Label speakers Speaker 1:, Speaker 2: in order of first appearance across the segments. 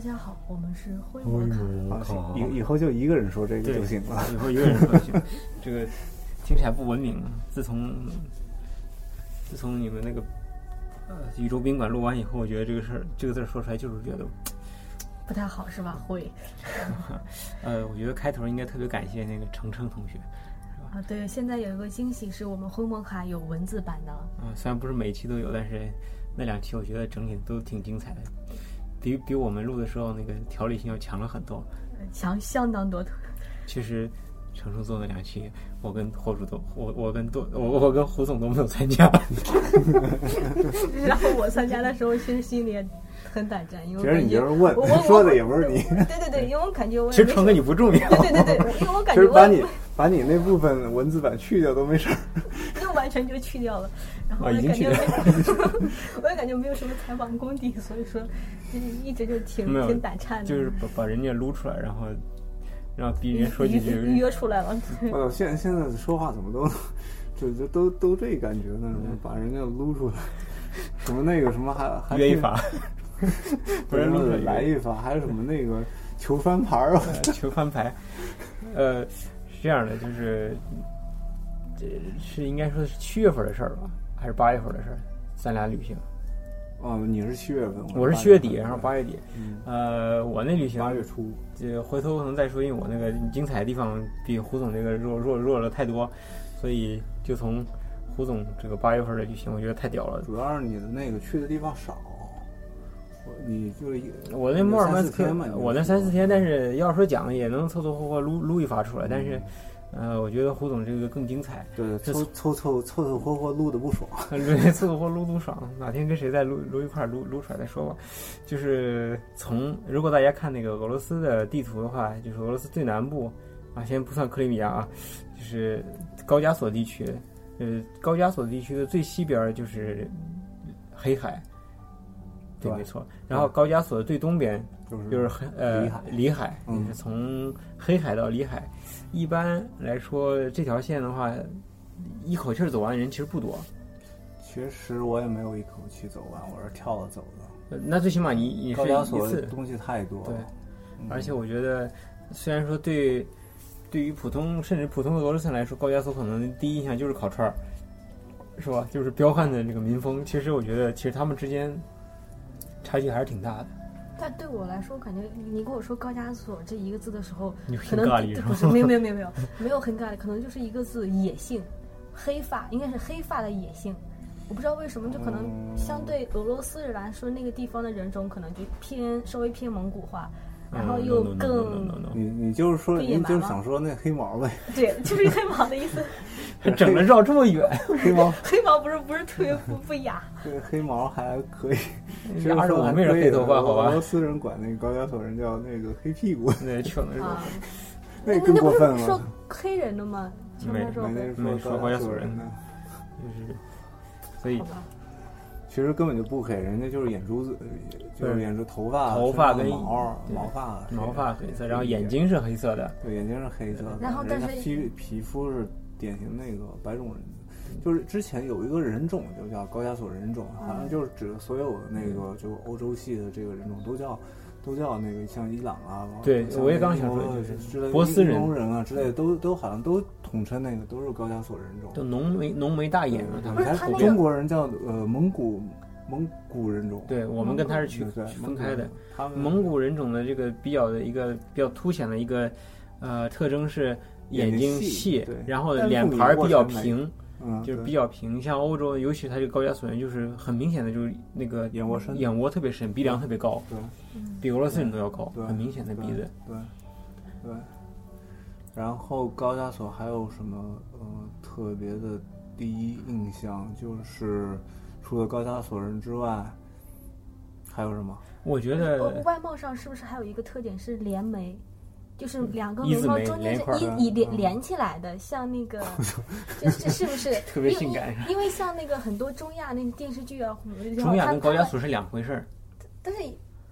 Speaker 1: 家好，我们是灰
Speaker 2: 哦
Speaker 1: 摩卡。
Speaker 3: 嗯
Speaker 2: 呦，我
Speaker 4: 好
Speaker 2: 靠！
Speaker 4: 啊以以后就一个人说这个就行了。
Speaker 5: 以后一个人喝酒，这个听起来不文明。自从自从你们那个呃宇宙宾馆录完以后，我觉得这个事儿这个字儿说出来就是觉得，
Speaker 1: 不太好是吧？会
Speaker 5: 呃，我觉得开头应该特别感谢那个程程同学。
Speaker 1: 啊，对，现在有一个惊喜是我们灰摩卡有文字版的了。呃
Speaker 5: 嗯，虽然不是每一期都有，但是那两期我觉得整体都挺精彩的，比比我们录的时候那个条理性要强了很多。
Speaker 1: 呃强相当多，
Speaker 5: 其实程程做那两期，我跟霍主都，我我跟多我我跟胡总都没有参加。
Speaker 1: 然后我参加的时候，其实心里也很胆战，因为
Speaker 4: 其实你
Speaker 1: 感觉
Speaker 4: 就是问
Speaker 1: 我我
Speaker 4: 说的也不是你
Speaker 1: 我对对对，因为我感觉我
Speaker 5: 其
Speaker 1: 也
Speaker 5: 实
Speaker 1: 没
Speaker 5: 程哥你不重要，
Speaker 1: 对对对对，因为我
Speaker 4: 其
Speaker 1: 感觉
Speaker 4: 实
Speaker 1: 我
Speaker 4: 把你
Speaker 1: 也
Speaker 4: 把你那部分文字版去掉都没事儿。
Speaker 1: 又完全就去掉了，然后
Speaker 5: 啊
Speaker 1: 我也
Speaker 5: 已经
Speaker 1: 感
Speaker 5: 去
Speaker 1: 觉
Speaker 5: 掉
Speaker 1: 没有， 我也感觉没有什么采访功底，所以说嗯一直就挺
Speaker 5: 没有
Speaker 1: 挺胆颤的，
Speaker 5: 就是把把人家撸出来，然后让逼人说
Speaker 1: 预
Speaker 5: 几句。
Speaker 1: 预约出来了，
Speaker 4: 我操，哎现在现在说话怎么都，就就都都这感觉呢？
Speaker 5: 嗯
Speaker 4: 什么把人家撸出来，什么那个什么还还
Speaker 5: 约一 发，不然
Speaker 4: 什
Speaker 5: 撸
Speaker 4: 么
Speaker 5: 出来
Speaker 4: 来一发，还有什么那个求翻牌儿，
Speaker 5: 呃求翻牌。呃，是这样的，就是这是应该说是七月份的事儿吧，还是八月份的事儿？咱俩旅行，
Speaker 4: 哦，你是七月份，
Speaker 5: 我是
Speaker 4: 嗯八
Speaker 5: 七月底，然后
Speaker 4: 份
Speaker 5: 八月底。
Speaker 4: 嗯
Speaker 5: 呃，我那旅行
Speaker 4: 八月初，
Speaker 5: 这回头可能再说，因为我那个精彩的地方比胡总这个弱弱弱了太多，所以就从胡总这个八月份的旅行，我觉得太屌了。
Speaker 4: 主要是你的那个去的地方少，我你就是一
Speaker 5: 我那
Speaker 4: 你
Speaker 5: 墨尔
Speaker 4: 三
Speaker 5: 本
Speaker 4: 四天嘛，你
Speaker 5: 我那
Speaker 4: 就
Speaker 5: 三四天，但是要说讲也能凑凑合合撸撸一发出来，但是，
Speaker 4: 嗯
Speaker 5: 呃，我觉得胡总这个更精彩，
Speaker 4: 对
Speaker 5: 这
Speaker 4: 凑凑凑凑凑合合录的不爽，
Speaker 5: 凑合合撸撸爽，哪天跟谁再撸撸一块儿撸撸出来再说吧。就是从如果大家看那个俄罗斯的地图的话，就是俄罗斯最南部啊，先不算克里米亚啊，就是高加索地区，呃，高加索地区的最西边儿就是黑海，对，
Speaker 4: 对嗯
Speaker 5: 没错。然后高加索的最东边
Speaker 4: 就是
Speaker 5: 就是黑呃
Speaker 4: 里嗯海
Speaker 5: 里海，
Speaker 4: 嗯
Speaker 5: 就是从黑海到里海。一般来说，这条线的话，一口气儿走完的人其实不多。
Speaker 4: 其实我也没有一口气走完，我是跳着走的。
Speaker 5: 呃那最起码你你是
Speaker 4: 高加索
Speaker 5: 一
Speaker 4: 的
Speaker 5: 次，
Speaker 4: 东西太多
Speaker 5: 对
Speaker 4: 了，嗯
Speaker 5: 而且我觉得，虽然说对对于普通甚至普通的俄罗斯人来说，高加索可能第一印象就是烤串儿，是吧？就是彪悍的这个民风。其实我觉得，其实他们之间差距还是挺大的。
Speaker 1: 但对我来说，我感觉你跟我说高加索这一个字的时候，
Speaker 5: 你
Speaker 1: 可
Speaker 5: 很
Speaker 1: 能
Speaker 5: 咖喱是
Speaker 1: 不
Speaker 5: 吧？
Speaker 1: 是没有没有没有没有没有很尬的，可能就是一个字野性，黑发应该是黑发的野性。我不知道为什么，就可能
Speaker 4: 嗯
Speaker 1: 相对俄罗斯人来说，那个地方的人种可能就偏稍微偏蒙古化，然后又
Speaker 5: 嗯，no，no，no，no，no，no，no，no，
Speaker 1: 更
Speaker 5: no，no，no，no
Speaker 4: 你你就是说，
Speaker 1: 不野
Speaker 4: 你
Speaker 1: 蛮
Speaker 4: 就是
Speaker 1: 吗
Speaker 4: 想说那黑毛呗，
Speaker 1: 对，就是黑毛的意思。
Speaker 5: 整了绕这么远，
Speaker 4: 黑毛
Speaker 1: 黑毛不是不是特别不不雅，
Speaker 4: 黑黑毛还 可以， 其实
Speaker 5: 压着
Speaker 4: 说
Speaker 5: 我
Speaker 4: 还
Speaker 5: 妹儿
Speaker 4: 可以
Speaker 5: 黑头发，
Speaker 4: 的
Speaker 5: 好
Speaker 4: 俄罗
Speaker 5: 吧？
Speaker 4: 斯人管那个高加索人叫那个黑屁 股，
Speaker 5: 那去了是吧
Speaker 1: 啊？，
Speaker 4: 那
Speaker 1: 那
Speaker 4: 更
Speaker 1: 那
Speaker 4: 过
Speaker 1: 不
Speaker 4: 分
Speaker 1: 是说
Speaker 4: 了。
Speaker 1: 黑人的吗？前
Speaker 5: 没
Speaker 1: 面说
Speaker 4: 没那
Speaker 1: 黑
Speaker 4: 是
Speaker 5: 没
Speaker 4: 说
Speaker 5: 嗯说
Speaker 4: 高
Speaker 5: 高
Speaker 4: 加
Speaker 5: 加
Speaker 4: 索
Speaker 5: 索
Speaker 4: 人
Speaker 5: 人
Speaker 4: 呢，嗯
Speaker 5: 就是，所以
Speaker 1: 好吧，
Speaker 4: 其实根本就不黑，人家就是眼珠子，就是
Speaker 5: 对
Speaker 4: 眼珠头发、
Speaker 5: 头发
Speaker 4: 身上的
Speaker 5: 跟
Speaker 4: 毛
Speaker 5: 对
Speaker 4: 毛发、
Speaker 5: 毛发黑色，然后
Speaker 4: 对
Speaker 5: 眼睛是黑色的，
Speaker 4: 对，眼睛是黑色的，
Speaker 1: 然后
Speaker 4: 人
Speaker 1: 但
Speaker 4: 家
Speaker 1: 是
Speaker 4: 皮皮肤是典型那个白种人的，就是之前有一个人种就叫高加索人种，好
Speaker 1: 嗯
Speaker 4: 像就是指所有那个就欧洲系的这个人种都叫。都叫那个像伊朗啊，
Speaker 5: 对
Speaker 4: 像
Speaker 5: 我也刚
Speaker 4: 那个
Speaker 5: 想说
Speaker 4: 欧
Speaker 5: 就是
Speaker 4: 之类的
Speaker 5: 波斯
Speaker 4: 印
Speaker 5: 人
Speaker 4: 欧人啊之类的，都都好像都统称那个都是高加索人
Speaker 5: 都
Speaker 4: 种。
Speaker 5: 浓眉浓眉大眼啊嘛，他
Speaker 1: 不
Speaker 5: 们
Speaker 1: 是他
Speaker 5: 普
Speaker 1: 那
Speaker 5: 遍
Speaker 4: 中。国人叫呃蒙古蒙古人种，
Speaker 5: 对我们跟他是区
Speaker 4: 嗯对对，
Speaker 5: 区分开的。。
Speaker 4: 他们
Speaker 5: 蒙古人种的这个比较的一个比较凸显的一个呃特征是眼
Speaker 4: 眼
Speaker 5: 睛
Speaker 4: 睛细
Speaker 5: 细
Speaker 4: 对，
Speaker 5: 然后
Speaker 4: 但是
Speaker 5: 脸
Speaker 4: 不
Speaker 5: 盘儿
Speaker 4: 明
Speaker 5: 比较
Speaker 4: 白
Speaker 5: 平，
Speaker 4: 嗯，
Speaker 5: 就是
Speaker 4: 对
Speaker 5: 比较平。像欧洲，尤其他这个高加索人，就是很明显的就是那个
Speaker 4: 眼窝深
Speaker 5: 眼窝特别深，鼻梁特别高，
Speaker 4: 对。
Speaker 1: 嗯，
Speaker 5: 比俄罗斯人都要高，
Speaker 4: 对
Speaker 5: 很明显的鼻子。
Speaker 4: 对，对。然后高加索还有什么呃特别的第一印象？就是除了高加索人之外，还有什么？
Speaker 5: 我觉
Speaker 1: 我
Speaker 5: 得
Speaker 1: 呃外貌上是不是还有一个特点是连眉？就是两个
Speaker 5: 嗯一
Speaker 1: 眉
Speaker 5: 字
Speaker 1: 毛
Speaker 5: 眉
Speaker 1: 中
Speaker 5: 连
Speaker 1: 间
Speaker 5: 一块儿
Speaker 1: 是
Speaker 4: 的
Speaker 1: 一一连
Speaker 4: 嗯
Speaker 1: 连起来的，像那 个，就是是不是
Speaker 5: 特别
Speaker 1: 因
Speaker 5: 性感
Speaker 1: 因因为像那个很多中亚那电视剧啊，
Speaker 5: 中
Speaker 1: 然
Speaker 5: 亚
Speaker 1: 后
Speaker 5: 跟
Speaker 1: 他
Speaker 5: 高加
Speaker 1: 他们
Speaker 5: 索是两回 事儿。
Speaker 1: 但是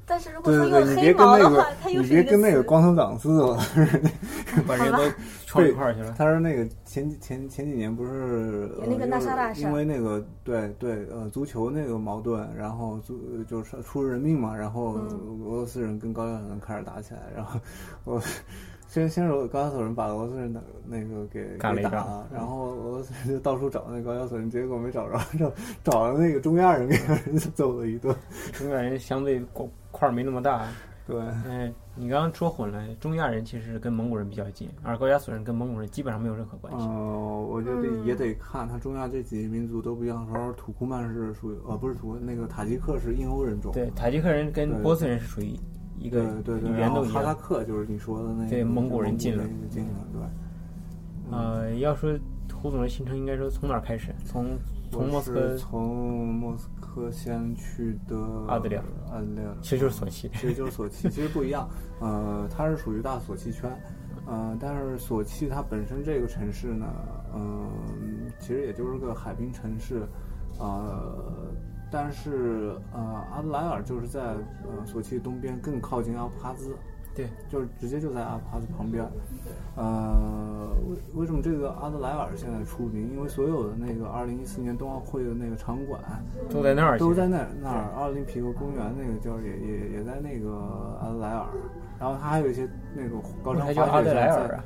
Speaker 1: 但是如果说
Speaker 4: 对对对，
Speaker 1: 用
Speaker 4: 你
Speaker 1: 黑
Speaker 4: 别跟
Speaker 1: 毛
Speaker 4: 那
Speaker 1: 的话
Speaker 4: 个，
Speaker 1: 它，又
Speaker 4: 你
Speaker 1: 是一
Speaker 4: 别跟那
Speaker 1: 个
Speaker 4: 个
Speaker 1: 词
Speaker 4: 光头党似的，
Speaker 5: 把人都撞一块儿去了。
Speaker 4: 他说那个前几前前几年不是、呃、
Speaker 1: 那个大厦大厦
Speaker 4: 因为那个对对呃足球那个矛盾，然后足就是出人命嘛，然后
Speaker 1: 嗯
Speaker 4: 俄罗斯人跟高加索人开始打起来，然后 我。先先是高加索人把俄罗斯人的那个给
Speaker 5: 干
Speaker 4: 给
Speaker 5: 了一
Speaker 4: 打
Speaker 5: 仗
Speaker 4: 了，然后俄罗斯人就到处找那高加索人，结果没找着，找找了那个中亚人，给人家 揍了一顿。
Speaker 5: 中亚人相对块块儿没那么大。
Speaker 4: 对，
Speaker 5: 嗯，你刚刚说混了，中亚人其实跟蒙古人比较近，而高加索人跟蒙古人基本上没有任何关系。
Speaker 4: 呃，我觉得也得看它中亚这几个民族都不一样。然后土库曼是属于呃不是土库那个塔吉克是印欧人种，
Speaker 5: 对，塔吉克人跟
Speaker 4: 对
Speaker 5: 波斯人是属于一个
Speaker 4: 对对对，
Speaker 5: 语
Speaker 4: 然
Speaker 5: 言
Speaker 4: 后
Speaker 5: 都一
Speaker 4: 哈萨
Speaker 5: 样。
Speaker 4: 克就是你说的那个
Speaker 5: 对蒙古人进了
Speaker 4: 蒙古人进了对。
Speaker 5: 呃，要说胡总的行程，应该说从哪儿开始？从从莫斯
Speaker 4: 我是
Speaker 5: 科，
Speaker 4: 从莫斯科先去的
Speaker 5: 阿德里亚，
Speaker 4: 阿德里亚
Speaker 5: 其实就是索契。
Speaker 4: 其实就是索契，其实不一样。呃，它是属于大索契圈，呃，但是索契它本身这个城市呢，嗯、其实也就是个海滨城市，呃，但是呃，阿德莱尔就是在呃索契东边更靠近阿布哈兹，
Speaker 5: 对，
Speaker 4: 就是直接就在阿布哈兹旁边。呃，为为什么这个阿德莱尔现在出名？因为所有的那个2014年冬奥会的那个场馆，
Speaker 5: 都在那儿。
Speaker 4: 都在那儿那儿，奥林匹克公园那个叫也也也在那个阿德莱尔，然后它还有一些那个高山
Speaker 5: 它
Speaker 4: 滑
Speaker 5: 叫阿
Speaker 4: 雪
Speaker 5: 德莱尔
Speaker 4: 在
Speaker 5: 啊，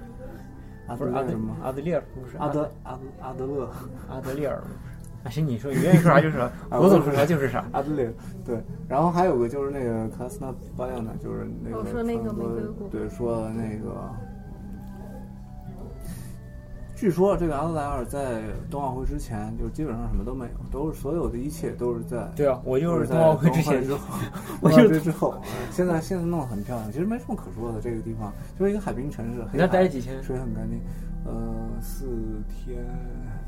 Speaker 4: 阿
Speaker 5: 不
Speaker 4: 德
Speaker 5: 是阿
Speaker 4: 莱
Speaker 5: 德
Speaker 4: 什么？
Speaker 5: 阿德烈尔，不是
Speaker 4: 阿德阿德阿德勒
Speaker 5: 阿德烈尔 吗。啊，行，你说你愿意说啥就是啥，
Speaker 4: 啊
Speaker 5: 我总说啥就是啥。
Speaker 4: 阿德勒对，然后还有个就是那个卡斯纳巴亚纳，就是那个
Speaker 1: 哦说那个
Speaker 4: 传说
Speaker 1: 玫瑰谷
Speaker 4: 对，说的那个。据说这个阿德莱尔在冬奥会之前，就基本上什么都没有，都是所有的一切都是在
Speaker 5: 对啊，我就
Speaker 4: 都
Speaker 5: 是
Speaker 4: 在
Speaker 5: 冬奥会
Speaker 4: 冬
Speaker 5: 之前
Speaker 4: 之后，
Speaker 5: 我
Speaker 4: 冬奥
Speaker 5: 就
Speaker 4: 会之后，嗯现在现在弄得很漂亮，其实没什么可说的。这个地方就是一个海滨城市，
Speaker 5: 你那
Speaker 4: 黑海
Speaker 5: 待了几天
Speaker 4: 水很干净，呃，四天，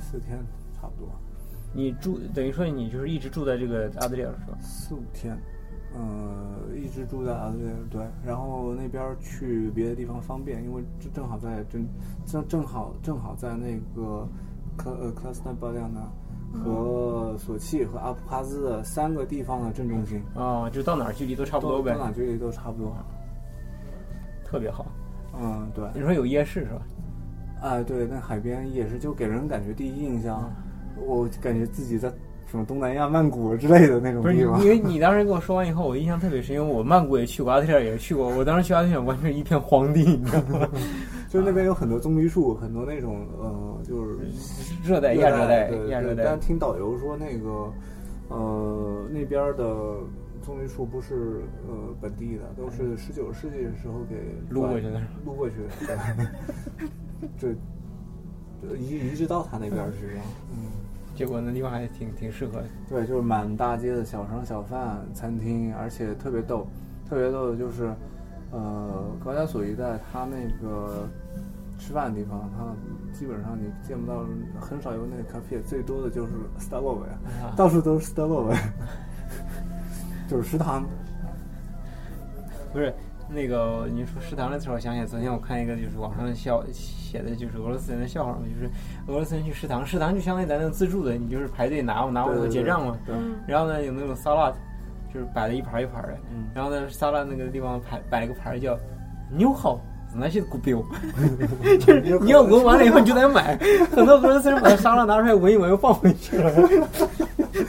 Speaker 4: 四天差不多，
Speaker 5: 你住等于说你就是一直住在这个阿德烈尔是吧？
Speaker 4: 四五天，呃，一直住在阿德莱尔对，然后那边儿去别的地方方便，因为正正好在正正正好正好在那个克呃克拉斯纳巴利亚呢
Speaker 5: 嗯
Speaker 4: 和索契和阿布哈兹的三个地方的正中心。
Speaker 5: 哦，就到哪儿距离都差不多
Speaker 4: 都
Speaker 5: 呗嗯
Speaker 4: 都，哪距离都差不多。
Speaker 5: 特别好。
Speaker 4: 嗯，对，
Speaker 5: 你说有夜市是吧？
Speaker 4: 啊，对，那海边也是，就给人感觉第一印象，
Speaker 5: 嗯
Speaker 4: 我感觉自己在什么东南亚曼谷之类的那种
Speaker 5: 不是，你
Speaker 4: 地方
Speaker 5: 因。为你当时跟我说完以后，我印象特别深，因为我曼谷也去过，阿德烈尔也去过。我当时去阿德烈尔完全是一片荒地，你知道 吗？
Speaker 4: 就那边有很多棕榈树，很多那种呃，就是
Speaker 5: 嗯热带、亚热带、
Speaker 4: 对
Speaker 5: 亚热
Speaker 4: 对
Speaker 5: 带
Speaker 4: 但，听导游说，那个呃那边的棕榈树不是呃本地的，都是十九世纪的时候给
Speaker 5: 嗯撸过去的是吧。
Speaker 4: 路过去的， 对，这移移植到他那边去了。嗯。
Speaker 5: 结果那地方还挺挺适合。
Speaker 4: 对，就是满大街的小商小贩、餐厅，而且特别逗，特别逗的就是，呃，高加索一带它那个吃饭的地方，它基本上你见不到，很少有那个 cafe，最多的就是 Starbucks，
Speaker 5: 啊
Speaker 4: 到处都是 Starbucks，就是食堂。
Speaker 5: 不是那个您说食堂的时候，我想起来昨天我看一个就是网上的笑写的就是俄罗斯人的笑话嘛，就是俄罗斯人去食堂，食堂就相当于咱那种自助的，你就是排队拿拿完以后
Speaker 4: 对对
Speaker 5: 结账嘛。
Speaker 4: 对，
Speaker 1: 嗯，
Speaker 5: 然后呢，有那种 salad，就是摆了一盘儿一盘儿的。
Speaker 4: 嗯
Speaker 5: 然后呢，salad 那个地方摆摆了个牌儿叫“牛好”。那些股 票，就是你要闻完了以后你就得买。 很多俄罗斯人把沙拉拿出来闻一闻，又放回去了。嗯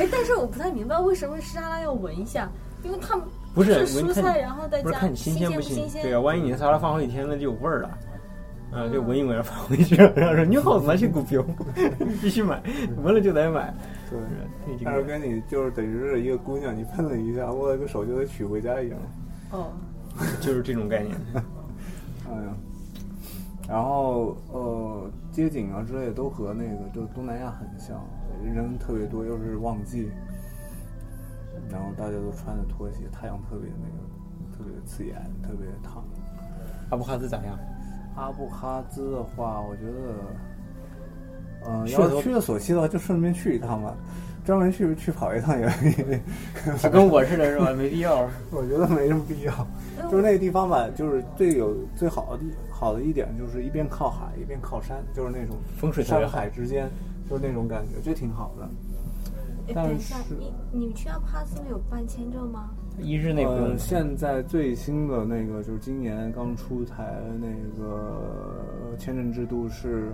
Speaker 1: 哎，但是我不太明白为什么沙拉要闻一下，因为他们
Speaker 5: 不是
Speaker 1: 是
Speaker 5: 闻
Speaker 1: 蔬
Speaker 5: 看
Speaker 1: 菜，然后再
Speaker 5: 不是
Speaker 1: 加
Speaker 5: 看你新鲜
Speaker 1: 不
Speaker 5: 不新
Speaker 1: 新鲜，
Speaker 5: 对啊，万一你的沙拉放好几天，那就有味儿了。嗯、就闻一闻，放回去了，然后说你好，拿些股票， 必须买，闻了就得买。
Speaker 4: 对。
Speaker 5: 这几
Speaker 4: 但是
Speaker 5: 个
Speaker 4: 跟你就是等于是一个姑娘，你碰了一下，握了个手就得娶回家一样。
Speaker 1: 哦，
Speaker 5: 就是这种概 念。
Speaker 4: 哎呀，然后呃，街景啊之类的都和那个就东南亚很像，人特别多，又是旺季，然后大家都穿着拖鞋，太阳特别那个，特别刺眼，特别烫。
Speaker 5: 阿布哈兹咋样？
Speaker 4: 阿布哈兹的话，我觉得，嗯、呃，
Speaker 5: 去
Speaker 4: 要
Speaker 5: 了
Speaker 4: 是去了索契的话，就顺便去一趟吧，专门去去跑一趟也，也
Speaker 5: 他跟我似的是吧？没必要。
Speaker 4: 我觉得没什么必要。
Speaker 1: 哎
Speaker 4: 就是那个地方吧，就是最有最好的地好的一点，就是一边靠海一边靠山，就是那种
Speaker 5: 风水特别
Speaker 4: 山
Speaker 5: 好
Speaker 4: 海之间，就是那种感觉，这挺好的。
Speaker 1: 哎，
Speaker 4: 但
Speaker 1: 等一下
Speaker 4: 是，
Speaker 1: 你你们去阿帕斯没有办签证吗？
Speaker 5: 一日内不用
Speaker 4: 呃。现在最新的那个就是今年刚出台的那个签证制度是，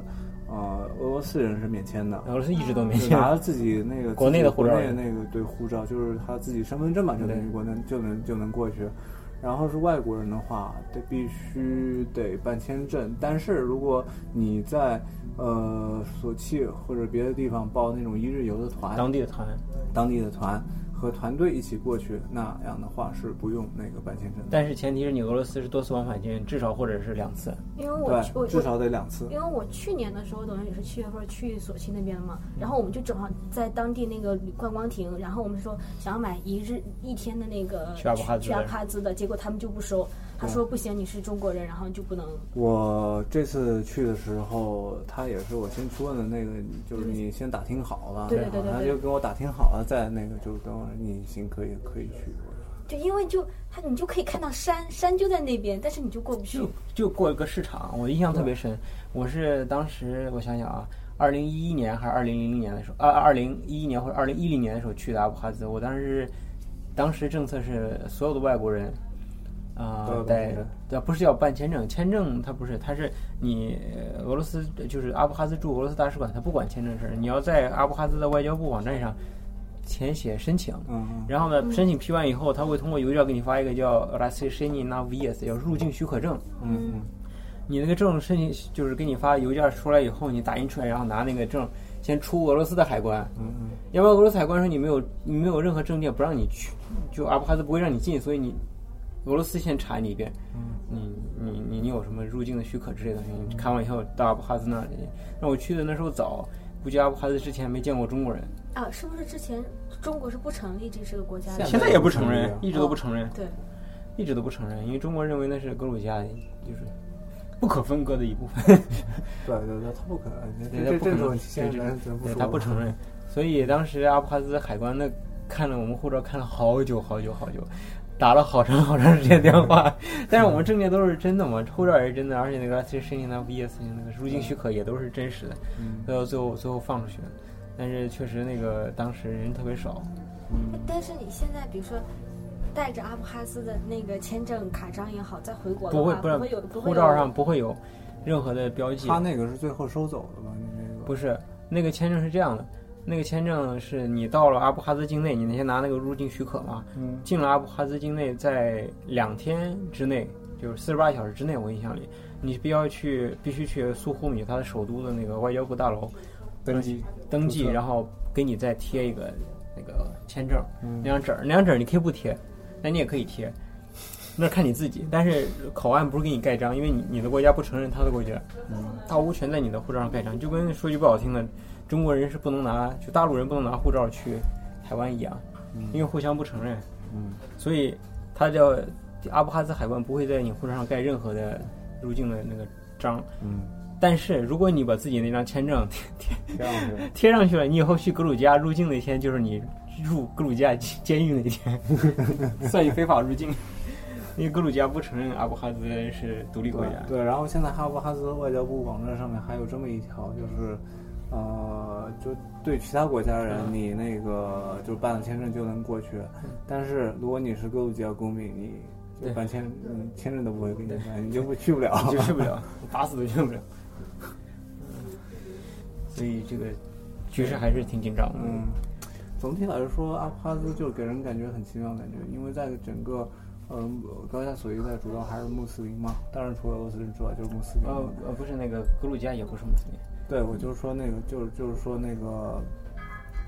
Speaker 4: 呃，俄罗斯人是免签的，
Speaker 5: 俄罗斯一直都没
Speaker 4: 就
Speaker 5: 签，
Speaker 4: 嗯拿着自己那个
Speaker 5: 国内的护照
Speaker 4: 自己国内那个对护照，就是他自己身份证吧，就等于
Speaker 5: 对
Speaker 4: 国内就能就能过去。然后是外国人的话，得必须得办签证。但是如果你在呃索契或者别的地方报那种一日游的团，
Speaker 5: 当地的团，
Speaker 4: 当地的团和团队一起过去，那样的话是不用那个办签证的。
Speaker 5: 但是前提是你俄罗斯是多次往返经，至少或者是两次。
Speaker 1: 因为我去我
Speaker 4: 对，至
Speaker 1: 我
Speaker 4: 少得两次。
Speaker 1: 因为我去年的时候等于也是七月份去索契那边嘛，
Speaker 5: 嗯
Speaker 1: 然后我们就正好在当地那个观光亭，然后我们说想要买一日一天的那个
Speaker 5: 去阿布哈兹的
Speaker 1: 去阿布哈兹的，结果他们就不收，他说不行，你是中国人，然后就不能。
Speaker 4: 我这次去的时候，他也是我先说的那个，就是你先打听好了，
Speaker 1: 对对对对对
Speaker 4: 他就跟我打听好了，再那个就跟我说你行可以可以去。
Speaker 1: 就因为就他你就可以看到山，山就在那边，但是你就过不去
Speaker 5: 就。就过一个市场，我印象特别深。我是当时我想想啊，二零一一年还是二零零零年的时候，啊，二零一一年或者二零一零年的时候去的阿布哈兹。我当时是，当时政策是所有的外国人，啊、
Speaker 4: 都要办
Speaker 5: 呃，在
Speaker 4: 签证
Speaker 5: 对，不是要办签证，签证它不是，它是你呃俄罗斯就是阿布哈兹驻俄罗斯大使馆，它不管签证事儿，你要在阿布哈兹的外交部网站上填写申请。
Speaker 4: 嗯嗯，
Speaker 5: 然后呢，申请批完以后，他会通过邮件给你发一个叫 r a s i s h e n i na vias，叫入境许可证。
Speaker 4: 嗯嗯，
Speaker 5: 你那个证申请就是给你发邮件出来以后，你打印出来，然后拿那个证先出俄罗斯的海关，
Speaker 4: 嗯嗯，
Speaker 5: 要不然俄罗斯海关说你没有你没有任何证件不让你去，就阿布哈兹不会让你进，所以你俄罗斯先查你一遍，你你你你有什么入境的许可之类的东西，你看完以后到阿布哈兹那里。那我去的那时候早，估计阿布哈兹之前没见过中国人，
Speaker 1: 啊，是不是之前中国是不成立这是个国家
Speaker 4: 现
Speaker 1: 的？
Speaker 5: 现在也不承
Speaker 4: 现在也不承
Speaker 5: 认
Speaker 4: 认，
Speaker 5: 一直都不承认，
Speaker 1: 嗯哦对，
Speaker 5: 一直都不承认，因为中国认为那是格鲁吉亚，就是不可分割的一部分。
Speaker 4: 对对对，他不可能，
Speaker 5: 对
Speaker 4: 这
Speaker 5: 他不可
Speaker 4: 这
Speaker 5: 能
Speaker 4: 种现在咱咱不
Speaker 5: 对
Speaker 4: 说，
Speaker 5: 他不承认，所以当时阿布哈兹海关那看了我们护照看了好久好久好久，打了好长好长时间电话， 但是我们证件都是真的嘛，护照也是真的，而且那个申请那 VS 那个入境许可也都是真实的，
Speaker 4: 嗯。
Speaker 5: 最后最后最后放出去了，但是确实那个当时人特别少，
Speaker 4: 嗯
Speaker 1: 但是你现在比如说。带着阿布哈兹的那个签证卡章也好，再回国的
Speaker 5: 不会
Speaker 1: 话，
Speaker 5: 不
Speaker 1: 不
Speaker 5: 是
Speaker 1: 会有不会
Speaker 5: 护照
Speaker 1: 有
Speaker 5: 上不会有任何的标记，
Speaker 4: 他那个是最后收走的吧？你那个
Speaker 5: 不是，那个签证是这样的，那个签证是你到了阿布哈兹境内，你先拿那个入境许可嘛，
Speaker 4: 嗯
Speaker 5: 进了阿布哈兹境内，在两天之内，就是四十八小时之内，我印象里，你必要去必须去苏霍米它的首都的那个外交部大楼
Speaker 4: 登机，
Speaker 5: 登记，
Speaker 4: 注册
Speaker 5: 然后给你再贴一个那个签证，
Speaker 4: 嗯
Speaker 5: 那张纸儿，那张纸儿你可以不贴，那你也可以贴，那看你自己。但是口岸不是给你盖章，因为你你的国家不承认他的国家，
Speaker 4: 嗯
Speaker 5: 他无权在你的护照上盖章。就跟说句不好听的，中国人是不能拿，就大陆人不能拿护照去台湾一样，
Speaker 4: 嗯
Speaker 5: 因为互相不承认，
Speaker 4: 嗯
Speaker 5: 所以他叫阿布哈兹海关不会在你护照上盖任何的入境的那个章。
Speaker 4: 嗯，
Speaker 5: 但是如果你把自己那张签证
Speaker 4: 这样子。
Speaker 5: 贴上去了，你以后去格鲁吉亚入境那天，就是你入格鲁吉亚监狱那天， 算你非法入境。因为格鲁吉亚不承认阿布哈兹是独立国家，
Speaker 4: 对，然后现在哈布哈兹外交部网站上面还有这么一条，就是，呃，就对其他国家人，
Speaker 5: 嗯
Speaker 4: 你那个就办了签证就能过去，但是如果你是格鲁吉亚公民，你
Speaker 5: 对
Speaker 4: 就办签嗯签证都不会给你办，你就不去不了。
Speaker 5: 就去不了，打死都去不了。所以这个局势还是挺紧张的。
Speaker 4: 嗯，总体来说，阿布哈兹就给人感觉很奇妙的感觉，因为在整个。呃，高加索一带主要还是穆斯林嘛，当然除了俄罗斯人之外就是穆斯林嘛。
Speaker 5: 呃呃，不是那个格鲁吉亚也不是穆斯林，
Speaker 4: 对，我就是说那个，就是就是说那个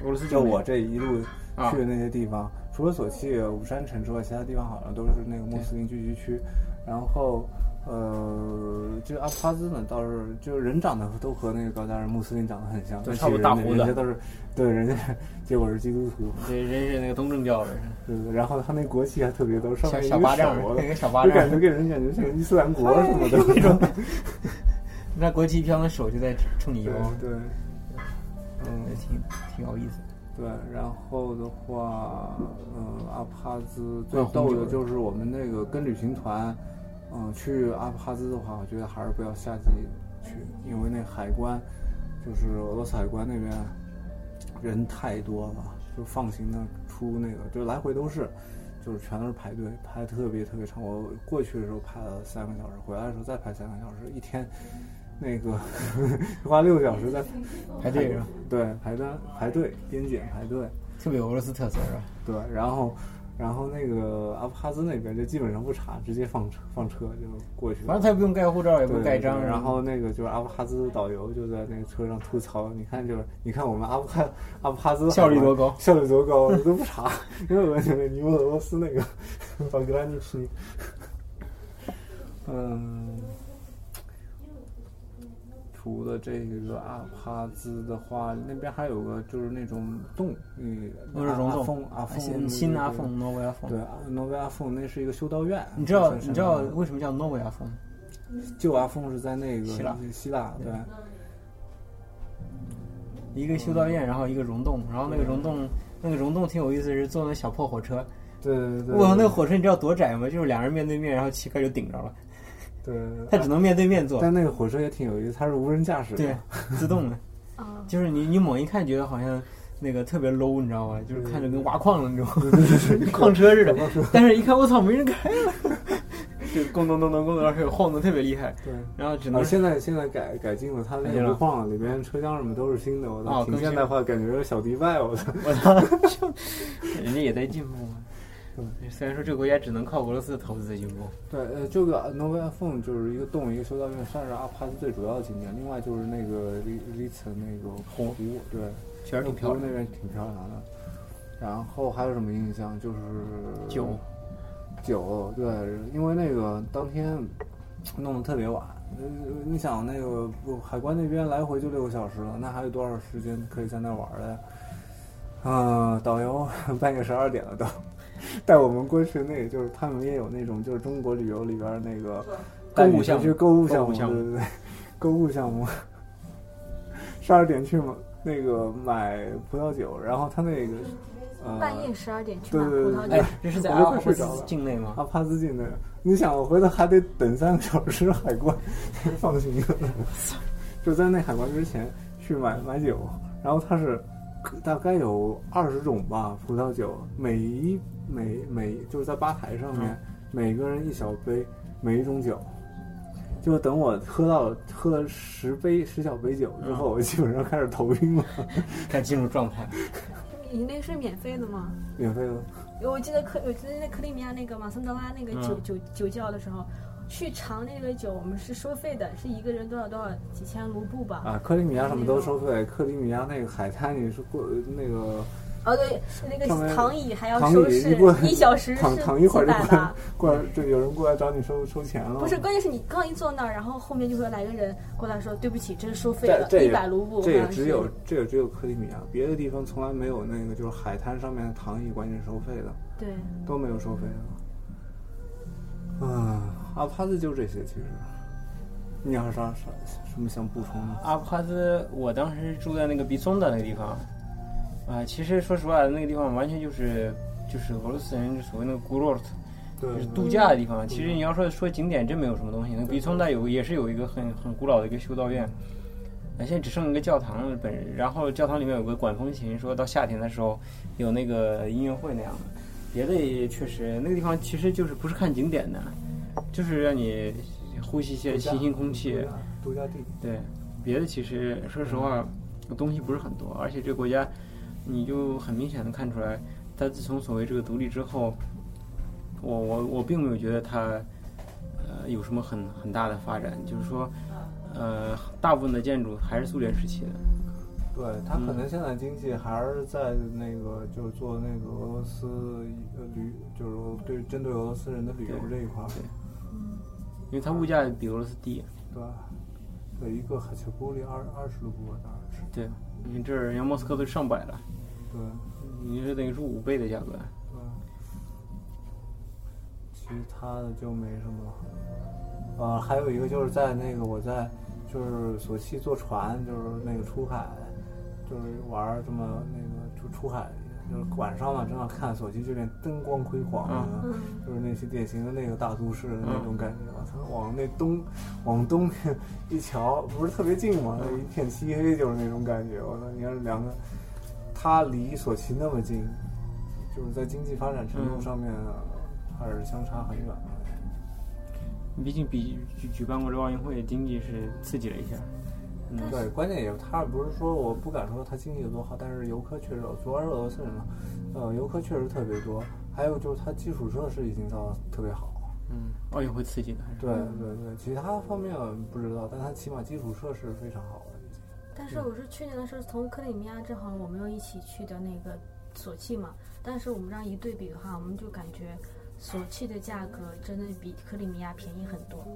Speaker 5: 俄罗斯
Speaker 4: 就
Speaker 5: 没有
Speaker 4: 我哦这一路
Speaker 5: 啊
Speaker 4: 去的那些地方，除了索契、武山城之外，其他地方好像都是那个穆斯林聚集区。然后，呃，就阿布哈兹呢，倒是就是人长得都和那个高加人穆斯林长得很像，
Speaker 5: 对
Speaker 4: 但
Speaker 5: 差
Speaker 4: 其
Speaker 5: 不多
Speaker 4: 实
Speaker 5: 大
Speaker 4: 人
Speaker 5: 胡
Speaker 4: 家人
Speaker 5: 子
Speaker 4: 家都是对人家，结果是基督徒。
Speaker 5: 这人是那个东正教的，
Speaker 4: 对对，然后他那国旗还特别逗，上
Speaker 5: 小
Speaker 4: 面
Speaker 5: 小巴
Speaker 4: 掌
Speaker 5: 掌，那个小巴
Speaker 4: 就感觉
Speaker 5: 掌，
Speaker 4: 给人感觉像伊斯兰国什么 的那种。
Speaker 5: 那国旗飘，那手就在冲你
Speaker 4: 对
Speaker 5: 游，
Speaker 4: 对，嗯
Speaker 5: 也。挺挺有意思的。
Speaker 4: 对，然后的话，嗯，阿布哈兹最
Speaker 5: 灌红
Speaker 4: 逗
Speaker 5: 酒
Speaker 4: 的
Speaker 5: 的
Speaker 4: 就是我们那个跟旅行团，嗯，去阿布哈兹的话，我觉得还是不要夏季去，因为那海关，就是俄罗斯海关那边人太多了，就放行的出那个，就来回都是，就是全都是排队，排得特别特别长。我过去的时候排了三个小时，回来的时候再排三个小时，一天那个 花六个小时在
Speaker 6: 排队是吧？
Speaker 4: 对排单排队边检排队，
Speaker 5: 特别有俄罗斯特色是吧？
Speaker 4: 对，然后然后那个阿布哈兹那边就基本上不查，直接放车放车就过去了。
Speaker 5: 反正他也不用盖护照，也
Speaker 4: 对
Speaker 5: 不用盖章，
Speaker 4: 对然后那个就是阿布哈兹导游就在那个车上吐槽，你看就是你看我们阿布哈阿布哈兹
Speaker 5: 效率多高
Speaker 4: 效率多高，都不查，因为我觉得你们俄罗斯那个法格兰尼奇，嗯，除了这个阿布哈兹的话，那边还有个就是那种洞，嗯，
Speaker 5: 都是溶
Speaker 4: 阿
Speaker 5: 洞
Speaker 4: 凤阿凤
Speaker 5: 啊新新阿
Speaker 4: 凤，
Speaker 5: 凤、挪威阿凤
Speaker 4: 对，。阿挪威阿凤那是一个修道院，
Speaker 5: 你知道
Speaker 4: 算是
Speaker 5: 你知道为什么叫挪威阿凤？
Speaker 4: 旧阿凤是在那个
Speaker 5: 希腊
Speaker 4: 希腊对。
Speaker 5: 一个修道院，然后一个溶洞，然后那个溶洞，那个溶洞挺有意思，是坐那小破火车。
Speaker 4: 对对对，
Speaker 5: 哇，那个火车你知道多窄吗？就是两人面对面，然后膝盖就顶着了，
Speaker 4: 对，对
Speaker 5: 他
Speaker 4: 对
Speaker 5: 只能面对面坐。
Speaker 4: 但那个火车也挺有意思，它是无人驾驶的，
Speaker 5: 对，自动的，
Speaker 1: 啊，
Speaker 5: 就是你你猛一看觉得好像那个特别 low，你知道吗？就是看着跟挖矿了那种， 矿车似的。但是一看我操，没人开了，就咣咚咚咚咣咚，而且 晃动特别厉害，
Speaker 4: 对。
Speaker 5: 然后只
Speaker 4: 啊，
Speaker 5: 能
Speaker 4: 现在现在改改进了，它那
Speaker 5: 改进
Speaker 4: 个
Speaker 5: 了
Speaker 4: 路况里面车厢什么都是新的，我操，
Speaker 5: 哦
Speaker 4: 挺
Speaker 5: 更新
Speaker 4: 现代化，感觉有小迪拜， 我操，
Speaker 5: 我操，人家也在进步嘛
Speaker 4: 嗯。
Speaker 5: 虽然说这个国家只能靠俄罗斯的投资在进步，
Speaker 4: 对，呃，这个 Nova Phone 就是一个洞，一个修道院，算是阿帕斯最主要的景点。另外就是那个里里层那个湖，对，
Speaker 5: 确实挺漂
Speaker 4: 湖
Speaker 5: 亮
Speaker 4: 那。边挺漂亮的。然后还有什么印象？就是
Speaker 5: 酒，
Speaker 4: 酒，对，因为那个当天弄得特别晚，呃你想那个不海关那边来回就六个小时了，那还有多少时间可以在那玩儿的呀？嗯、 导游半夜十二点了都， 带我们过去那个就是他们也有那种就是中国旅游里边儿那个
Speaker 5: 购
Speaker 4: 带
Speaker 5: 物
Speaker 4: 你出
Speaker 5: 项
Speaker 4: 去
Speaker 5: 目
Speaker 4: 购物
Speaker 5: 购
Speaker 4: 项
Speaker 5: 物
Speaker 4: 目，
Speaker 5: 项
Speaker 4: 对对对，购物项目。 十二点去买那个买葡萄酒，然后他那个呃
Speaker 1: 半夜十二点去
Speaker 4: 对
Speaker 1: 买葡
Speaker 4: 对对
Speaker 1: 萄
Speaker 4: 对
Speaker 1: 酒
Speaker 5: 哎，，这是在
Speaker 4: 我都
Speaker 5: 阿
Speaker 4: 快
Speaker 5: 赫
Speaker 4: 睡
Speaker 5: 斯
Speaker 4: 着了
Speaker 5: 境内吗？
Speaker 4: 阿帕斯进的，你想我回头还得等三个小时海关放行了，就在那海关之前去买买酒，然后它是大概有二十种吧葡萄酒，每一每每就是在吧台上面、每个人一小杯，每一种酒。就等我喝到喝了十杯十小杯酒之后，我基本上开始头晕了，
Speaker 5: 该进入状态。
Speaker 1: 你那是免费的吗？
Speaker 4: 免费的。
Speaker 1: 我记得克，我记得那克里米亚那个马桑德拉那个酒、
Speaker 5: 嗯
Speaker 1: 酒酒窖的时候，去尝那个酒，我们是收费的，是一个人多少多少几千卢布吧？
Speaker 4: 啊，克里米亚什么都收费，克里米亚那个海滩你是过那个
Speaker 1: 哦、对，那
Speaker 4: 上面
Speaker 1: 个躺椅还要
Speaker 4: 躺椅
Speaker 1: 收
Speaker 4: 一
Speaker 1: 拾
Speaker 4: 过，
Speaker 1: 一小时是
Speaker 4: 躺躺一会儿
Speaker 1: 几
Speaker 4: 就
Speaker 1: 百
Speaker 4: 过来嗯
Speaker 1: 吧？
Speaker 4: 过来，就有人过来找你收收钱了。
Speaker 1: 不是，，关键是你刚一坐那儿，然后后面就会来个人过来说：“对不起，这是收费
Speaker 4: 这
Speaker 1: 的，
Speaker 4: 这
Speaker 1: 一
Speaker 4: 也
Speaker 1: 百卢布。”
Speaker 4: 这也只有这也只有克里米亚，啊别的地方从来没有那个就是海滩上面的躺椅管你收费的，
Speaker 1: 对，
Speaker 4: 都没有收费的。啊，阿帕斯就这些其实。你要啥啥什么想补充的？
Speaker 5: 阿布哈兹，我当时住在那个比松的那个地方，啊、其实说实话，那个地方完全就是就是俄罗斯人所谓那个 g u r o t
Speaker 4: 对
Speaker 5: 就是度假的地方。啊其实你要说说景点，真没有什么东西。那个比松带有也是有一个很很古老的一个修道院，啊，现在只剩一个教堂了本人。然后教堂里面有个管风琴，说到夏天的时候有那个音乐会那样的。别的也确实，那个地方其实就是不是看景点的，就是让你呼吸一些新鲜空气。
Speaker 4: 度假地。
Speaker 5: 对，别的其实说实话，东西不是很多，而且这个国家，你就很明显的看出来，它自从所谓这个独立之后，我我我并没有觉得它，呃，有什么很很大的发展，就是说，呃，大部分的建筑还是苏联时期的，
Speaker 4: 对他可能现在经济还是在那个，就是做那个俄罗斯呃旅，就是对针对俄罗斯人的旅游
Speaker 5: 对
Speaker 4: 这一块儿，
Speaker 5: 因为它物价比俄罗斯低，
Speaker 4: 对吧？有一个海切布里二二十卢布，大概是，
Speaker 5: 对，你这儿人家莫斯科都上百了，
Speaker 4: 对
Speaker 5: 你这等于是五倍的价格，
Speaker 4: 对。嗯其他的就没什么了。呃，还有一个就是在那个我在就是索契坐船，就是那个出海，就是玩儿这么那个出出海，就是晚上嘛，正好看索契这边灯光辉煌。
Speaker 5: 嗯
Speaker 4: 那个
Speaker 1: 嗯，
Speaker 4: 就是那些典型的那个大都市的那种感觉，我操、往那东，往东一瞧，不是特别近嘛，那一片漆黑，就是那种感觉，我操！你看两个，它离索契那么近，就是在经济发展程度上面、还是相差很远的。
Speaker 2: 毕竟比举举办过这个奥运会，经济是刺激了一下。
Speaker 5: 嗯
Speaker 1: 但
Speaker 4: 对，
Speaker 1: 是
Speaker 4: 关键也他不是说我不敢说他经济有多好，但是游客确实有，主要是俄罗斯人嘛，呃，游客确实特别多，还有就是它基础设施已经到特别好。
Speaker 2: 嗯，奥运会刺激的还是
Speaker 4: 对对对，其他方面不知道，但它起码基础设施非常好了，已经。
Speaker 2: 嗯
Speaker 1: 但
Speaker 4: 嗯
Speaker 1: 是我是去年的时候从克里米亚正好我们又一起去的那个索契嘛，但是我们这样一对比的话，我们就感觉索契的价格真的比克里米亚便宜很多。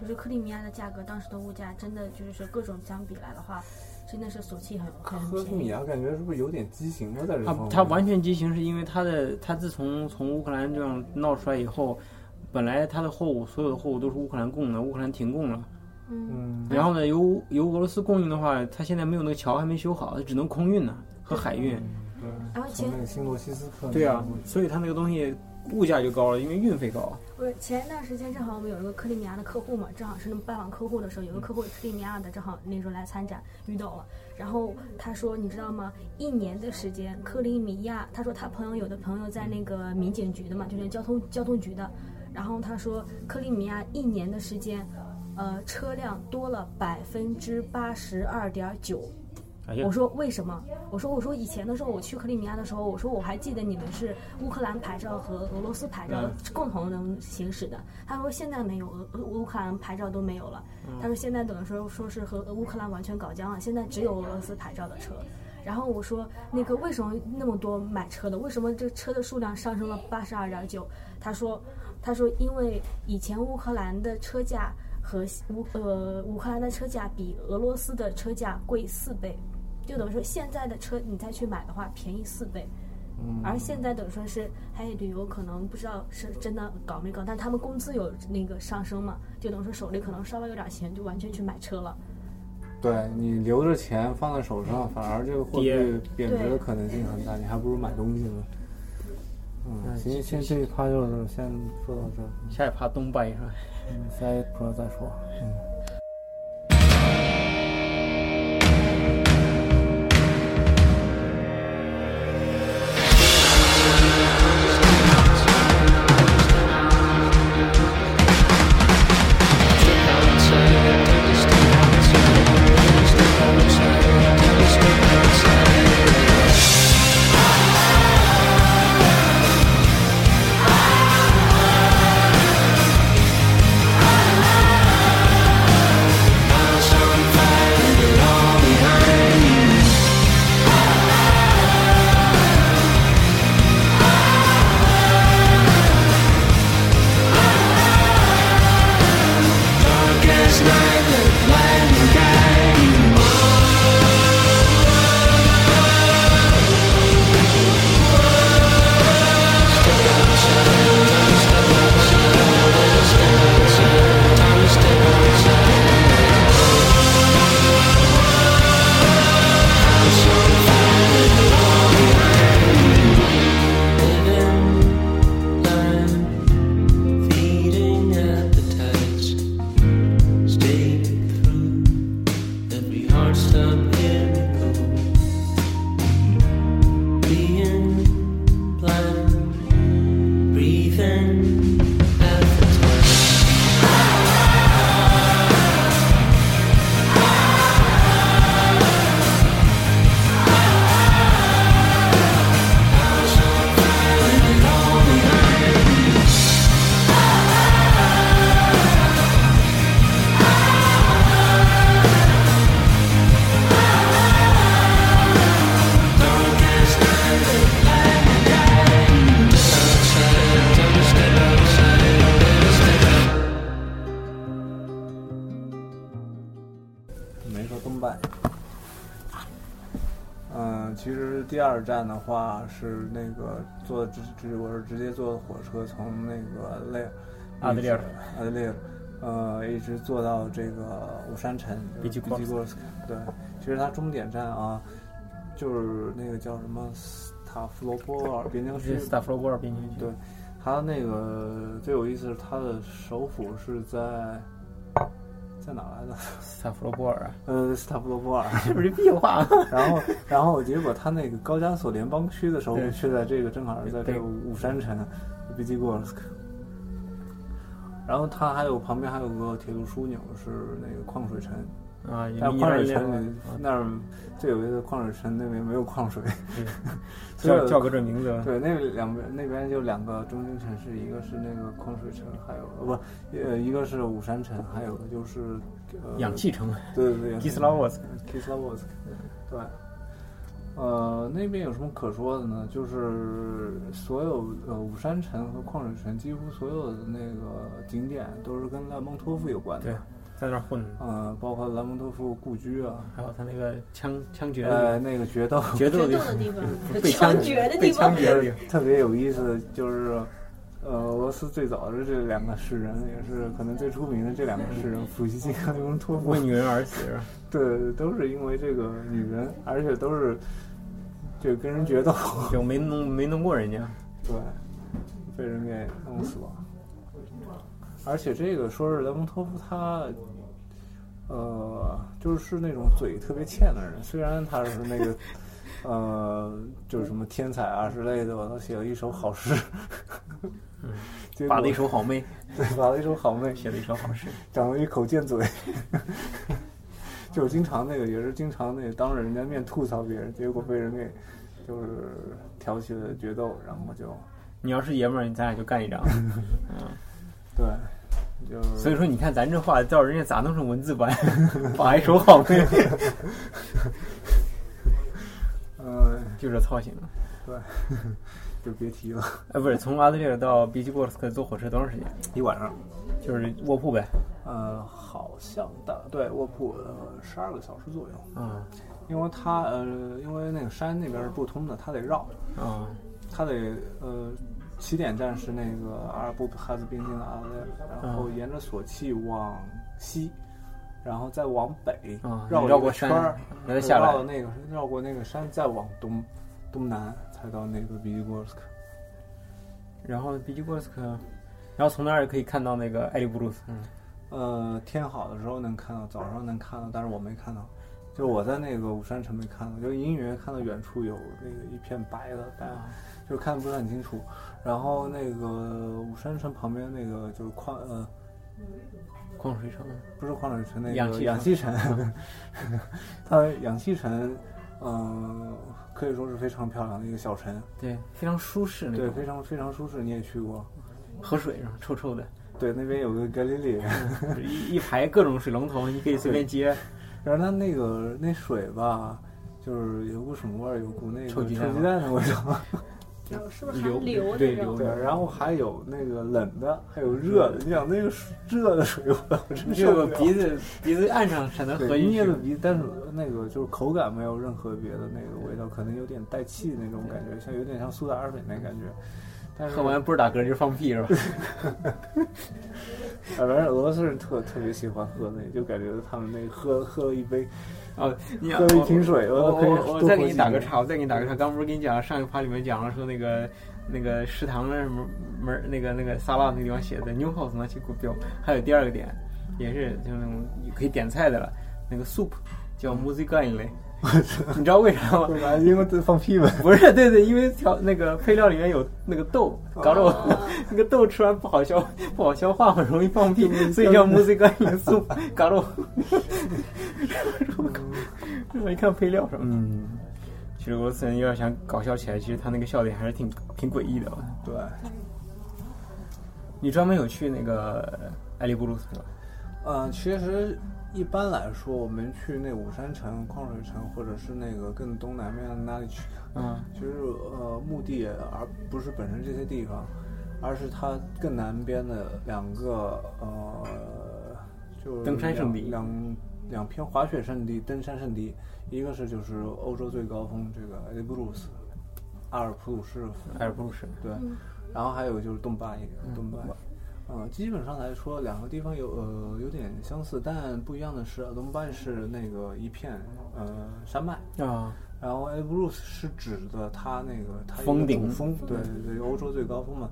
Speaker 1: 就是克里米亚的价格，当时的物价真的就是说各种相比来的话，真的是索契很很
Speaker 4: 科
Speaker 1: 便
Speaker 4: 米
Speaker 1: 宜。嗯
Speaker 4: 亚感觉是不是有点畸形了？在这
Speaker 2: 他
Speaker 4: 方面，
Speaker 2: 他啊完全畸形，是因为他的他自从从乌克兰这样闹出来以后，本来他的货物所有的货物都是乌克兰供的，乌克兰停供了。
Speaker 1: 嗯，
Speaker 4: 嗯，
Speaker 2: 然后呢，由由俄罗斯供应的话，他现在没有那个桥还没修好，他只能空运呢、和海运。
Speaker 4: 嗯
Speaker 1: 然后
Speaker 4: 对，
Speaker 1: 前
Speaker 4: 从那个新罗西斯克
Speaker 2: 对啊
Speaker 4: 那个，
Speaker 2: 所以他那个东西物价就高了，因为运费高。
Speaker 1: 我前一段时间正好我们有一个克里米亚的客户嘛，正好是那么拜访客户的时候，有个客户克里米亚的，正好那时候来参展遇到了。然后他说，你知道吗？一年的时间，克里米亚，他说他朋友有的朋友在那个民警局的嘛，就是交通交通局的。然后他说，克里米亚一年的时间，呃，车辆多了百分之八十二点九。
Speaker 2: 哎
Speaker 5: 嗯
Speaker 2: 呀
Speaker 1: 我，说为什么？我说我说以前的时候我去克里米亚的时候，我说我还记得你们是乌克兰牌照和俄罗斯牌照
Speaker 2: 嗯
Speaker 1: 是共同能行驶的。他说现在没有，俄俄乌克兰牌照都没有了。他说现在等于说说是和呃乌克兰完全搞僵了，现在只有俄罗斯牌照的车。然后我说那个为什么那么多买车的？为什么这车的数量上升了八十二点九？他说他说因为以前乌克兰的车价。和乌呃乌克兰的车价比俄罗斯的车价贵四倍，就等于说现在的车你再去买的话，便宜四倍。而现在等于说是，还有旅游可能不知道是真的搞没搞，但是他们工资有那个上升嘛，就等于说手里可能稍微有点钱，就完全去买车了。
Speaker 4: 对你留着钱放在手上，反而这个货币
Speaker 2: 跌
Speaker 4: 贬值的
Speaker 1: 对
Speaker 4: 可能性很大，你还不如买东西呢。嗯，行，先这一趴就是先说到这儿，
Speaker 2: 下一趴东半夜是吧？
Speaker 4: 嗯下一趴再说。嗯。
Speaker 7: Breathing at the time.
Speaker 4: 没说东半。嗯，其实第二站的话是那个坐直直，我是直接坐火车从那个勒
Speaker 2: 阿德烈尔
Speaker 4: 一直阿德烈尔，呃，一直坐到这个武山城，就是
Speaker 2: 比基
Speaker 4: 比
Speaker 2: 库尔斯
Speaker 4: 基库尔斯克。对，其实它终点站啊，就是那个叫什么斯塔夫罗波尔边疆区
Speaker 2: 是斯塔夫罗波尔边疆区。
Speaker 4: 对它那个最有意思是它的首府是在在在哪来的？
Speaker 5: 斯塔夫罗波尔啊，
Speaker 4: 呃，斯塔布罗波尔。
Speaker 5: 这不是屁话吗？
Speaker 4: 然后，然后结果他那个高加索联邦区的时候
Speaker 5: 对，
Speaker 4: 是在这个正好是在这
Speaker 5: 对
Speaker 4: 个五山城比基过尔斯克。然后它还有旁边还有个铁路枢纽是那个矿水城，
Speaker 5: 啊，有
Speaker 4: 但
Speaker 5: 伊
Speaker 4: 矿
Speaker 5: 兰
Speaker 4: 水
Speaker 5: 联
Speaker 4: 城里那儿最有名的矿水城那边没有矿水，所
Speaker 5: 叫
Speaker 4: 有
Speaker 5: 叫个这名字吧，
Speaker 4: 对，那两边那边就两个中心城市，一个是那个矿水城，还有呃不呃一个是五山城，还有个就是呃
Speaker 5: 氧气城
Speaker 4: 对对对
Speaker 5: g i s l a v o s
Speaker 4: Kislavsk，对，呃，那边有什么可说的呢？就是所有呃五山城和矿水城，几乎所有的那个景点都是跟莱蒙托夫有关的
Speaker 5: 对，在那儿混，
Speaker 4: 呃，包括莱蒙托夫故居啊，
Speaker 5: 还有他那个枪枪决的
Speaker 4: 呃，那个决斗
Speaker 1: 决
Speaker 5: 决斗
Speaker 1: 斗
Speaker 5: 的地
Speaker 1: 的地
Speaker 5: 方，
Speaker 1: 方，
Speaker 5: 被枪
Speaker 1: 枪决的
Speaker 5: 被
Speaker 1: 地
Speaker 5: 枪
Speaker 1: 方，
Speaker 5: 决的地方，
Speaker 4: 特别有意思，就是。呃，俄罗斯最早的这两个诗人，也是可能最出名的这两个诗人，普希金和莱蒙托夫
Speaker 5: 为，女人而死是吧？
Speaker 4: 对，都是因为这个女人，而且都是就跟人 决斗，
Speaker 5: 就没弄没弄过人家，
Speaker 4: 对，被人给弄死了。而且这个说是莱蒙托夫他，呃，就是那种嘴特别欠的人，虽然他是那个。呃，就是什么天才啊之类的，我都写了一首好诗，结果
Speaker 5: 嗯把了一手好妹，
Speaker 4: 对，把了一首好妹，
Speaker 5: 写了一首好诗，
Speaker 4: 长了一口贱嘴，就经常那个也是经常那个当着人家面吐槽别人，结果被人给就是挑起了决斗，然后就
Speaker 5: 你要是爷们儿，咱俩就干一仗。
Speaker 4: 对，就是
Speaker 5: 所以说，你看咱这话，到人家咋弄成文字 版？把一手好妹，
Speaker 4: 呃，
Speaker 5: 就这操性。
Speaker 4: 就别提了，
Speaker 5: 哎，不是，从阿德烈尔到比基沃斯克坐火车多长时间？
Speaker 4: 一晚上。
Speaker 5: 就是卧铺呗。
Speaker 4: 呃，好像大对卧铺呃十二个小时左右，
Speaker 5: 啊
Speaker 4: 因为它呃，因为那个山那边是不通的，它得绕，
Speaker 5: 啊
Speaker 4: 它得呃，起点站是那个阿尔布哈兹边境的阿勒，然
Speaker 5: 嗯
Speaker 4: 后沿着索契往西，然后再往北、
Speaker 5: 啊！
Speaker 4: 绕
Speaker 5: 绕
Speaker 4: 一
Speaker 5: 过
Speaker 4: 个
Speaker 5: 山
Speaker 4: 圈儿，，
Speaker 5: 然后再下来
Speaker 4: 绕到。那个绕过那个山，再往东东南才到那个比利波尔斯克。
Speaker 5: 然后比基沃斯克，然后从那儿可以看到那个埃利布鲁斯。嗯
Speaker 4: 呃，天好的时候能看到，早上能看到，但是我没看到，就我在那个五山城没看到，就隐隐约约看到远处有那个一片白的，但
Speaker 5: 啊
Speaker 4: 就看不是很清楚。然后那个五山城旁边那个就是矿呃，
Speaker 5: 矿水城，
Speaker 4: 不是矿水城那个
Speaker 5: 氧气城
Speaker 4: 氧气城， 它氧气城，嗯、可以说是非常漂亮的一个小城，
Speaker 5: 对，非常舒适那
Speaker 4: 对，
Speaker 5: 种
Speaker 4: 非常非常舒适，你也去过。
Speaker 5: 河水上 臭臭的，
Speaker 4: 对，那边有个格里里，
Speaker 5: 就是一一排各种水龙头，你可以随便接。
Speaker 4: 然后它那个那水吧，就是有股什么味儿，有股那个
Speaker 5: 臭
Speaker 4: 臭
Speaker 5: 鸡
Speaker 4: 鸡
Speaker 5: 蛋
Speaker 4: 蛋的味道。
Speaker 1: 然后是不是
Speaker 5: 流
Speaker 1: 还流
Speaker 5: 对
Speaker 1: 那种？
Speaker 4: 对，然后还有那个冷的，还有热的。你想那个水热的水，我我真受
Speaker 5: 就
Speaker 4: 不了。
Speaker 5: 鼻子鼻子岸上才能喝
Speaker 4: 对
Speaker 5: 进
Speaker 4: 捏
Speaker 5: 去
Speaker 4: 的。鼻，但是那个就是口感没有任何别的那个味道，可能有点带气那种感觉，像有点像苏打二水那感觉。但是
Speaker 5: 喝完不是打嗝就是放屁是吧？
Speaker 4: 反正俄罗斯人特特别喜欢喝那，就感觉他们那个喝喝了一 杯，
Speaker 5: 啊，你
Speaker 4: 喝了一瓶水，
Speaker 5: 我
Speaker 4: 俄可以
Speaker 5: 我我
Speaker 4: 多
Speaker 5: 再
Speaker 4: 活
Speaker 5: 给你
Speaker 4: 几
Speaker 5: 打个
Speaker 4: 年
Speaker 5: 岔，我再给你打个岔。刚不是跟你讲上一趴里面讲了说那个那个食堂的什么门儿那个那个沙拉那个地方写的 New House 那些股票，还有第二个点也是就是那种可以点菜的了，那个 soup 叫
Speaker 4: 嗯
Speaker 5: musica in 类， 你知道为啥吗？
Speaker 4: 对吧？因为这放屁呗。
Speaker 5: 不是，对对，因为调那个配料里面有那个豆，搞得我 那个豆吃完不好消 不好消化，很容易放屁，所以叫 musica 元 素，搞得我。我一看配料说，嗯，其实俄罗斯人要想搞笑起来，其实他那个笑点还是挺挺诡异的吧。
Speaker 4: 对，
Speaker 5: 你专门有去那个埃利布鲁斯吗？
Speaker 4: 嗯，其实一般来说，我们去那五山城、矿水城，或者是那个更东南面的那里去，
Speaker 5: 嗯，
Speaker 4: 其实呃目的而不是本身这些地方，而是它更南边的两个呃，就是
Speaker 5: 登山圣地
Speaker 4: 两两两片滑雪圣地、登山圣地，一个是就是欧洲最高峰这个埃利布鲁斯，阿尔普鲁士峰
Speaker 5: 埃尔布鲁斯，
Speaker 4: 对，然后还有就是东巴也
Speaker 5: 嗯
Speaker 4: 东巴，呃，基本上来说两个地方有呃有点相似，但不一样的是，东巴是那个一片呃山脉，
Speaker 5: 啊，
Speaker 4: 然后 Elbrus 是指的它那个它一个
Speaker 5: 峰顶
Speaker 4: 主峰，对对对，欧洲最高峰嘛。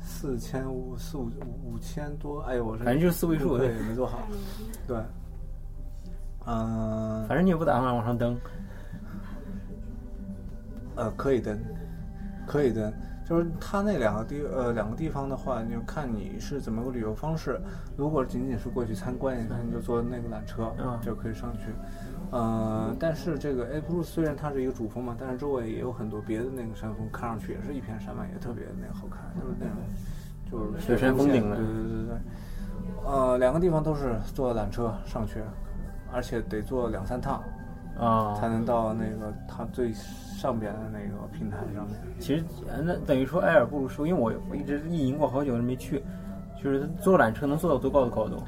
Speaker 4: 四千五四五五千多，哎呦，我这
Speaker 5: 反正就是四位数
Speaker 4: 对
Speaker 5: 对，
Speaker 4: 没做好，对，嗯、
Speaker 5: 反正你也不打算往上登，
Speaker 4: 呃，可以登，可以登。就是它那两个地呃两个地方的话，你就看你是怎么个旅游方式。如果仅仅是过去参观一下，你就坐那个缆车、
Speaker 5: 嗯
Speaker 4: 就可以上去。呃，但是这个 A 布鲁虽然它是一个主峰嘛，但是周围也有很多别的那个山峰，看上去也是一片山脉，也特别那个好看，就是那种就是
Speaker 5: 雪山峰顶的
Speaker 4: 对对对对对。呃，两个地方都是坐缆车上去，而且得坐两三趟。
Speaker 5: 啊、
Speaker 4: 才能到那个它最上边的那个平台上面。
Speaker 5: 其实呃那等于说埃尔布鲁是，因为我我一直意淫过好久没去，就是坐缆车能坐到多高的高度？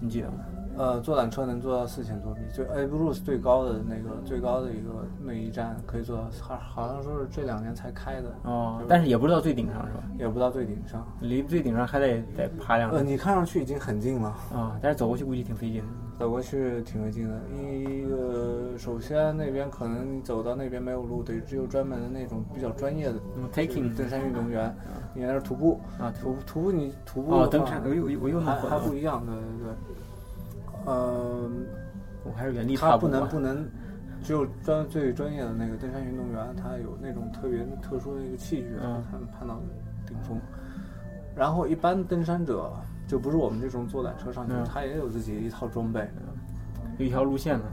Speaker 5: 你记得吗？
Speaker 4: 呃，坐缆车能做到四千多米，就 Elbrus 最高的那个最高的一个那一站可以做到，好好像说是这两年才开的，
Speaker 5: 哦
Speaker 4: 对，
Speaker 5: 但是也不知道最顶上是吧？
Speaker 4: 也不到最顶上。
Speaker 5: 离最顶上还得得爬两
Speaker 4: 呃，你看上去已经很近了，
Speaker 5: 啊，但是走过去估计挺费劲的。
Speaker 4: 走过去挺费劲的。一呃，首先那边可能你走到那边没有路，得只有专门的那种比较专业的
Speaker 5: 嗯，taking
Speaker 4: 登山运动员，你在那儿徒步，
Speaker 5: 啊，
Speaker 4: 徒步徒步你徒步的
Speaker 5: 哦，
Speaker 4: 话
Speaker 5: 登山，我又我又我又弄
Speaker 4: 还
Speaker 5: 混
Speaker 4: 还
Speaker 5: 了
Speaker 4: 不，一样，对对对。嗯，
Speaker 5: 我还是原地
Speaker 4: 他
Speaker 5: 踏
Speaker 4: 不
Speaker 5: 步
Speaker 4: 能
Speaker 5: 吧。
Speaker 4: 不能，只有专最专业的那个登山运动员，他有那种特别特殊的一个器具，
Speaker 5: 嗯
Speaker 4: 他能攀到顶峰。然后一般登山者就不是我们这种坐缆车上去，
Speaker 5: 嗯
Speaker 4: 他也有自己一套装备，
Speaker 5: 有一条路线呢，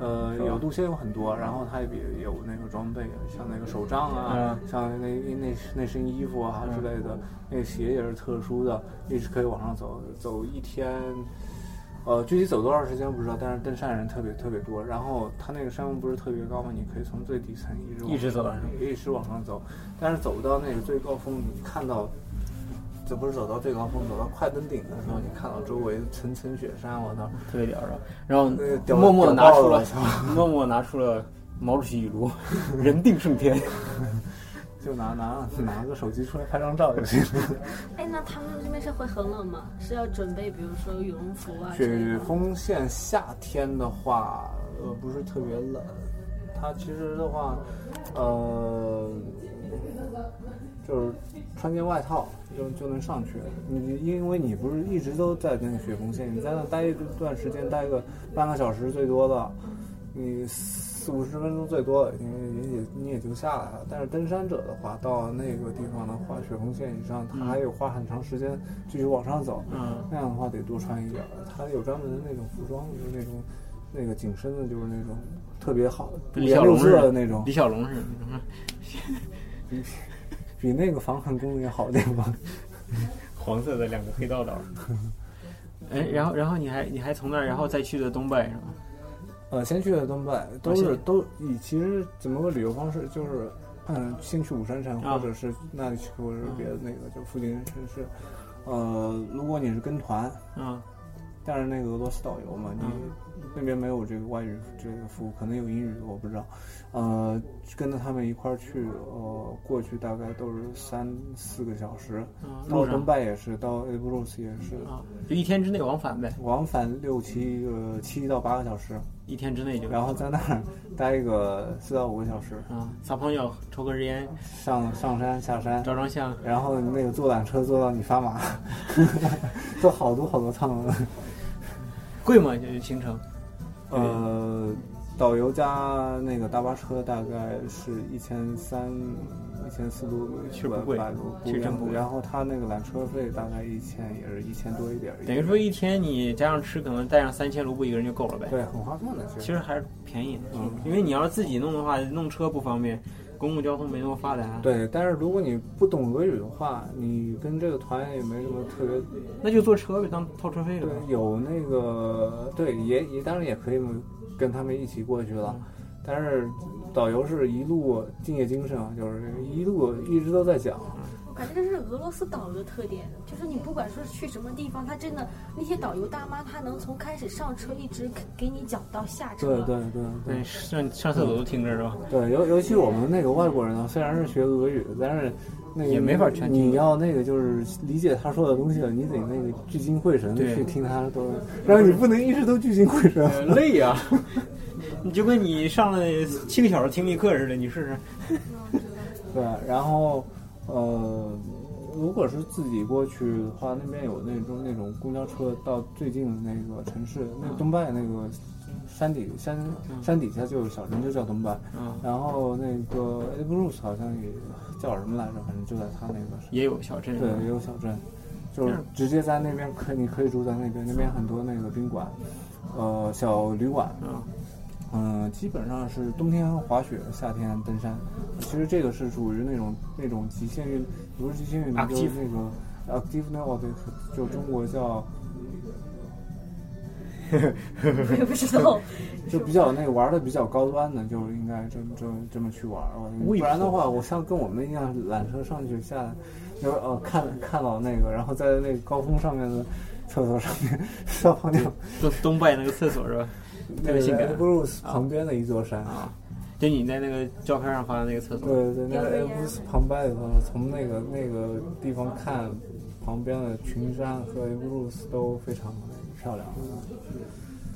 Speaker 4: 呃，
Speaker 5: 是吧
Speaker 4: 有路线有很多，然后他也也有那个装备，像那个手杖啊，
Speaker 5: 嗯
Speaker 4: 像那那那身衣服啊之类的，那个鞋也是特殊的，一直可以往上走，走一天。呃，具体走多长时间不知道，但是登山人特别特别多。然后它那个山峰不是特别高嘛，你可以从最底层一直往
Speaker 5: 一直走到啊上。
Speaker 4: 一直往上走，但是走到那个最高峰，你看到，这不是走到最高峰，走到快登顶的时候，你看到周围层层雪山，我操！
Speaker 5: 特别屌是吧？然后
Speaker 4: 呃屌
Speaker 5: 默默地
Speaker 4: 屌
Speaker 5: 拿
Speaker 4: 爆
Speaker 5: 出
Speaker 4: 了
Speaker 5: 了，默默地拿出了毛主席语录，人定胜天。
Speaker 4: 就拿拿拿个手机出来拍张照就行。
Speaker 1: 哎，那他们这边是会很冷吗？是要准备，比如说羽绒服啊之类
Speaker 4: 雪
Speaker 1: 的吗？
Speaker 4: 峰县夏天的话，呃，不是特别冷，它其实的话，呃，就是穿件外套就就能上去。你因为你不是一直都在那个雪峰县，你在那待一段时间，待个半个小时最多的，你四五十分钟最多，你也也你也就下来了。但是登山者的话，到那个地方的话，雪峰线以上，他还有花很长时间继续往上走。
Speaker 5: 嗯，
Speaker 4: 那样的话得多穿一点儿。它有专门的那种服装，就是那种那个紧身的，就是那种特别好五
Speaker 5: 李
Speaker 4: 颜
Speaker 5: 小
Speaker 4: 六
Speaker 5: 龙是
Speaker 4: 色的那种
Speaker 5: 李，小龙是那种
Speaker 4: 比那个防寒功能好点吧。
Speaker 5: 黄色的两个黑道道。 哎，然后然后你还你还从那儿，然后再去的东北是吧？
Speaker 4: 呃，先去的东北都
Speaker 5: 而
Speaker 4: 是
Speaker 5: 且
Speaker 4: 都以其实怎么个旅游方式就是。嗯，先去五山城，
Speaker 5: 啊嗯
Speaker 4: 或者是那里去，或者是别的那个，就附近城市。呃，如果你是跟团，
Speaker 5: 嗯
Speaker 4: 但是那个俄罗斯导游嘛，你
Speaker 5: 嗯
Speaker 4: 那边没有这个外语这个服务，可能有英语的我不知道。呃，跟着他们一块儿去，呃，过去大概都是三四个小时，
Speaker 5: 嗯，
Speaker 4: 到
Speaker 5: 路
Speaker 4: 东
Speaker 5: 上
Speaker 4: 拜也是，到 a b r u s 也是，
Speaker 5: 啊，就一天之内往返呗，
Speaker 4: 往返六七个七到八个小时，
Speaker 5: 一天之内就。
Speaker 4: 然后在那儿 待个四到五个小时，
Speaker 5: 啊，撒泡尿，抽根烟，
Speaker 4: 上上山下山，
Speaker 5: 照张相，
Speaker 4: 然后那个坐缆车坐到你发麻， 坐好多好多趟了。
Speaker 5: 贵吗？就是行程。
Speaker 4: 呃，导游加那个大巴车大概是一千三、一千四多，
Speaker 5: 其实不贵
Speaker 4: 百多
Speaker 5: 其实真不贵
Speaker 4: 然后他那个缆车费大概一千，也是一千多一点儿。
Speaker 5: 等于说一天你加上吃，可能带上三千卢布一个人就够了呗。
Speaker 4: 对，很划算的，其
Speaker 5: 其
Speaker 4: 实。
Speaker 5: 实还是便宜的，
Speaker 4: 嗯
Speaker 5: 因为你要是自己弄的话，弄车不方便，公共交通没那么发达，，
Speaker 4: 对，但是如果你不懂俄语的话，你跟这个团也没什么特别。
Speaker 5: 那就坐车呗，当套车费了
Speaker 4: 对
Speaker 5: 呗。，
Speaker 4: 有那个对，也也当然也可以跟他们一起过去
Speaker 5: 嗯
Speaker 4: 了，但是导游是一路敬业精神啊，就是一路一直都在讲。
Speaker 1: 我感觉这是俄罗斯导游的特点，就是你不管是去什么地方，他真的那些导游大妈，他能从开始上车一直给给你讲到下车。
Speaker 4: 对对对对
Speaker 5: 对，上上厕所都听着是吧？
Speaker 4: 对，尤尤其我们那个外国人呢，虽然是学俄语的，但是那个
Speaker 5: 也没法全听
Speaker 4: 你要那个就是理解他说的东西了，你得那个聚精会神的
Speaker 5: 对
Speaker 4: 去听他的东西，然后你不能一直都聚精会神。
Speaker 5: 呃累呀、 你就跟你上了七个小时听力课似的，你试试。
Speaker 4: 对，然后呃，如果是自己过去的话，那边有那种那种公交车到最近的那个城市，那个东拜那个山底山山底下就有小城，就叫东拜。
Speaker 5: 啊
Speaker 2: 嗯，
Speaker 4: 然后那个 a b r u c e 好像也叫什么来着，反正就在他那个山
Speaker 2: 也有小
Speaker 5: 嗯
Speaker 2: 镇。
Speaker 4: 对，也有小镇，就是直接在那边可以你可以住在那边，那边很多那个宾馆，呃，小旅馆，
Speaker 5: 啊
Speaker 2: 嗯，
Speaker 4: 嗯，基本上是冬天滑雪，夏天登山。其实这个是属于那种那种极限运，不是极限运动，就是
Speaker 2: Active
Speaker 4: 那个 active n o 对，就中国叫
Speaker 1: 我也不知 道。
Speaker 4: 就比较那个玩的比较高端的，就是应该这么这么这么去玩儿。我
Speaker 5: 我以
Speaker 4: 不然的
Speaker 5: 为
Speaker 4: 话，我像跟我们一样，缆车上去下来，就是哦看看到那个，然后在那个高峰上面的厕所上面 撒泡尿，
Speaker 5: 东东拜那个厕所是吧？
Speaker 4: 那
Speaker 5: 特
Speaker 4: 个
Speaker 5: 别性感
Speaker 4: Bruce 旁边的一座山。
Speaker 5: 啊，就你在那个照片上发的那个厕所，
Speaker 4: 对对，那
Speaker 1: 幼儿
Speaker 4: 个
Speaker 1: 园
Speaker 4: Bruce 旁边的话，从那个那个地方看旁边的群山和 Bruce 都非常漂亮。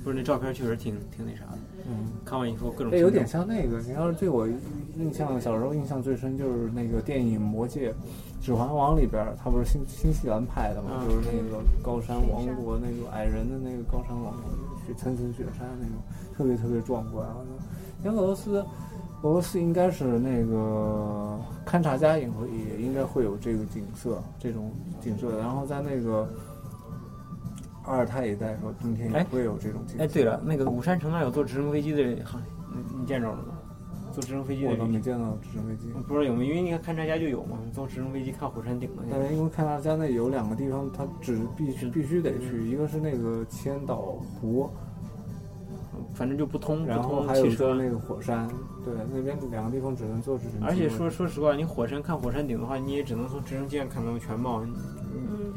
Speaker 5: 不是那照片确实挺挺那啥的。
Speaker 4: 嗯。
Speaker 5: 看完以后各种
Speaker 4: 这有点像那个，你要是对我印象，小时候印象最深就是那个电影《魔戒》，《指环王》里边儿，它不是新新西兰拍的嘛，
Speaker 5: 嗯
Speaker 4: 就是那个高山王国，那个矮人的那个高山王国，雪层层雪山那种，特别特别壮观。啊像俄罗斯，俄罗斯应该是那个勘察家也会也应该会有这个景色，这种景色。然后在那个阿尔泰一带的时候，冬天也
Speaker 5: 哎
Speaker 4: 会有这种景色。
Speaker 5: 哎，对了，那个武山城那有坐直升飞机的航，你你见着了吗？坐直升飞机的
Speaker 4: 我倒
Speaker 5: 旅
Speaker 4: 没
Speaker 5: 行，
Speaker 4: 见到直升飞机。
Speaker 5: 不知道有没有，因为你看勘察家就有嘛，坐直升飞机看火山顶的那
Speaker 4: 但
Speaker 5: 个。
Speaker 4: 是因为看大家那有两个地方，它只必
Speaker 5: 嗯
Speaker 4: 须必须得去，一个是那个千岛湖，
Speaker 5: 反正就不通，
Speaker 4: 然
Speaker 5: 嗯不
Speaker 4: 后
Speaker 5: 通
Speaker 4: 还有
Speaker 5: 汽
Speaker 4: 说
Speaker 5: 车。
Speaker 4: 那个火山，对，那边两个地方只能坐直升机。
Speaker 5: 而且说说实话，你火山看火山顶的话，你也只能从直升机上看到全貌。你你
Speaker 1: 嗯，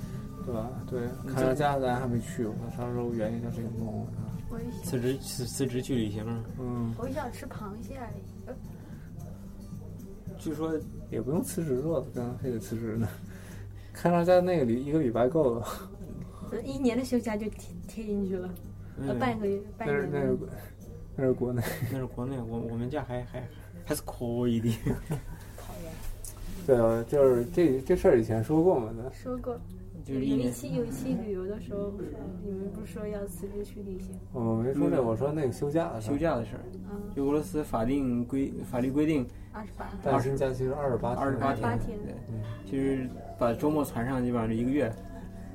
Speaker 4: 对吧？对，
Speaker 5: 嗯
Speaker 4: 看大家咱还没去过，啥时候圆一下这个梦啊？
Speaker 7: 我也
Speaker 5: 辞职辞辞职去旅行了，
Speaker 4: 嗯，
Speaker 7: 我想吃螃蟹
Speaker 1: 啊
Speaker 7: 而已。呃
Speaker 5: 据说
Speaker 4: 也不用辞职了，干嘛非得辞职呢？ 看大家那个礼一个礼拜够了，
Speaker 1: 一年的休假就贴贴进去了，呃，
Speaker 5: 嗯
Speaker 1: 半个月，半
Speaker 4: 那是
Speaker 1: 年
Speaker 4: 那是
Speaker 1: 的。
Speaker 4: 那是国内，
Speaker 5: 那是国内，我我们家还还还是可以 的。
Speaker 4: 对啊，就是这这事儿以前说过嘛，那
Speaker 7: 说过，
Speaker 5: 就
Speaker 7: 有
Speaker 5: 是一
Speaker 7: 一
Speaker 5: 年，
Speaker 7: 期有一期旅游的时候，你们不是说要辞职去旅行？
Speaker 4: 我没说这，我说那个休假的事儿
Speaker 5: 嗯休，假的事儿。
Speaker 1: 啊
Speaker 7: 嗯，
Speaker 5: 就俄罗斯法定规法律规定
Speaker 7: 二十八，
Speaker 4: 带薪假期是二十八
Speaker 5: 二十八
Speaker 7: 28
Speaker 5: 天
Speaker 7: 天，
Speaker 5: 对
Speaker 4: 嗯，
Speaker 5: 就是把周末攒上，基本上就一个月。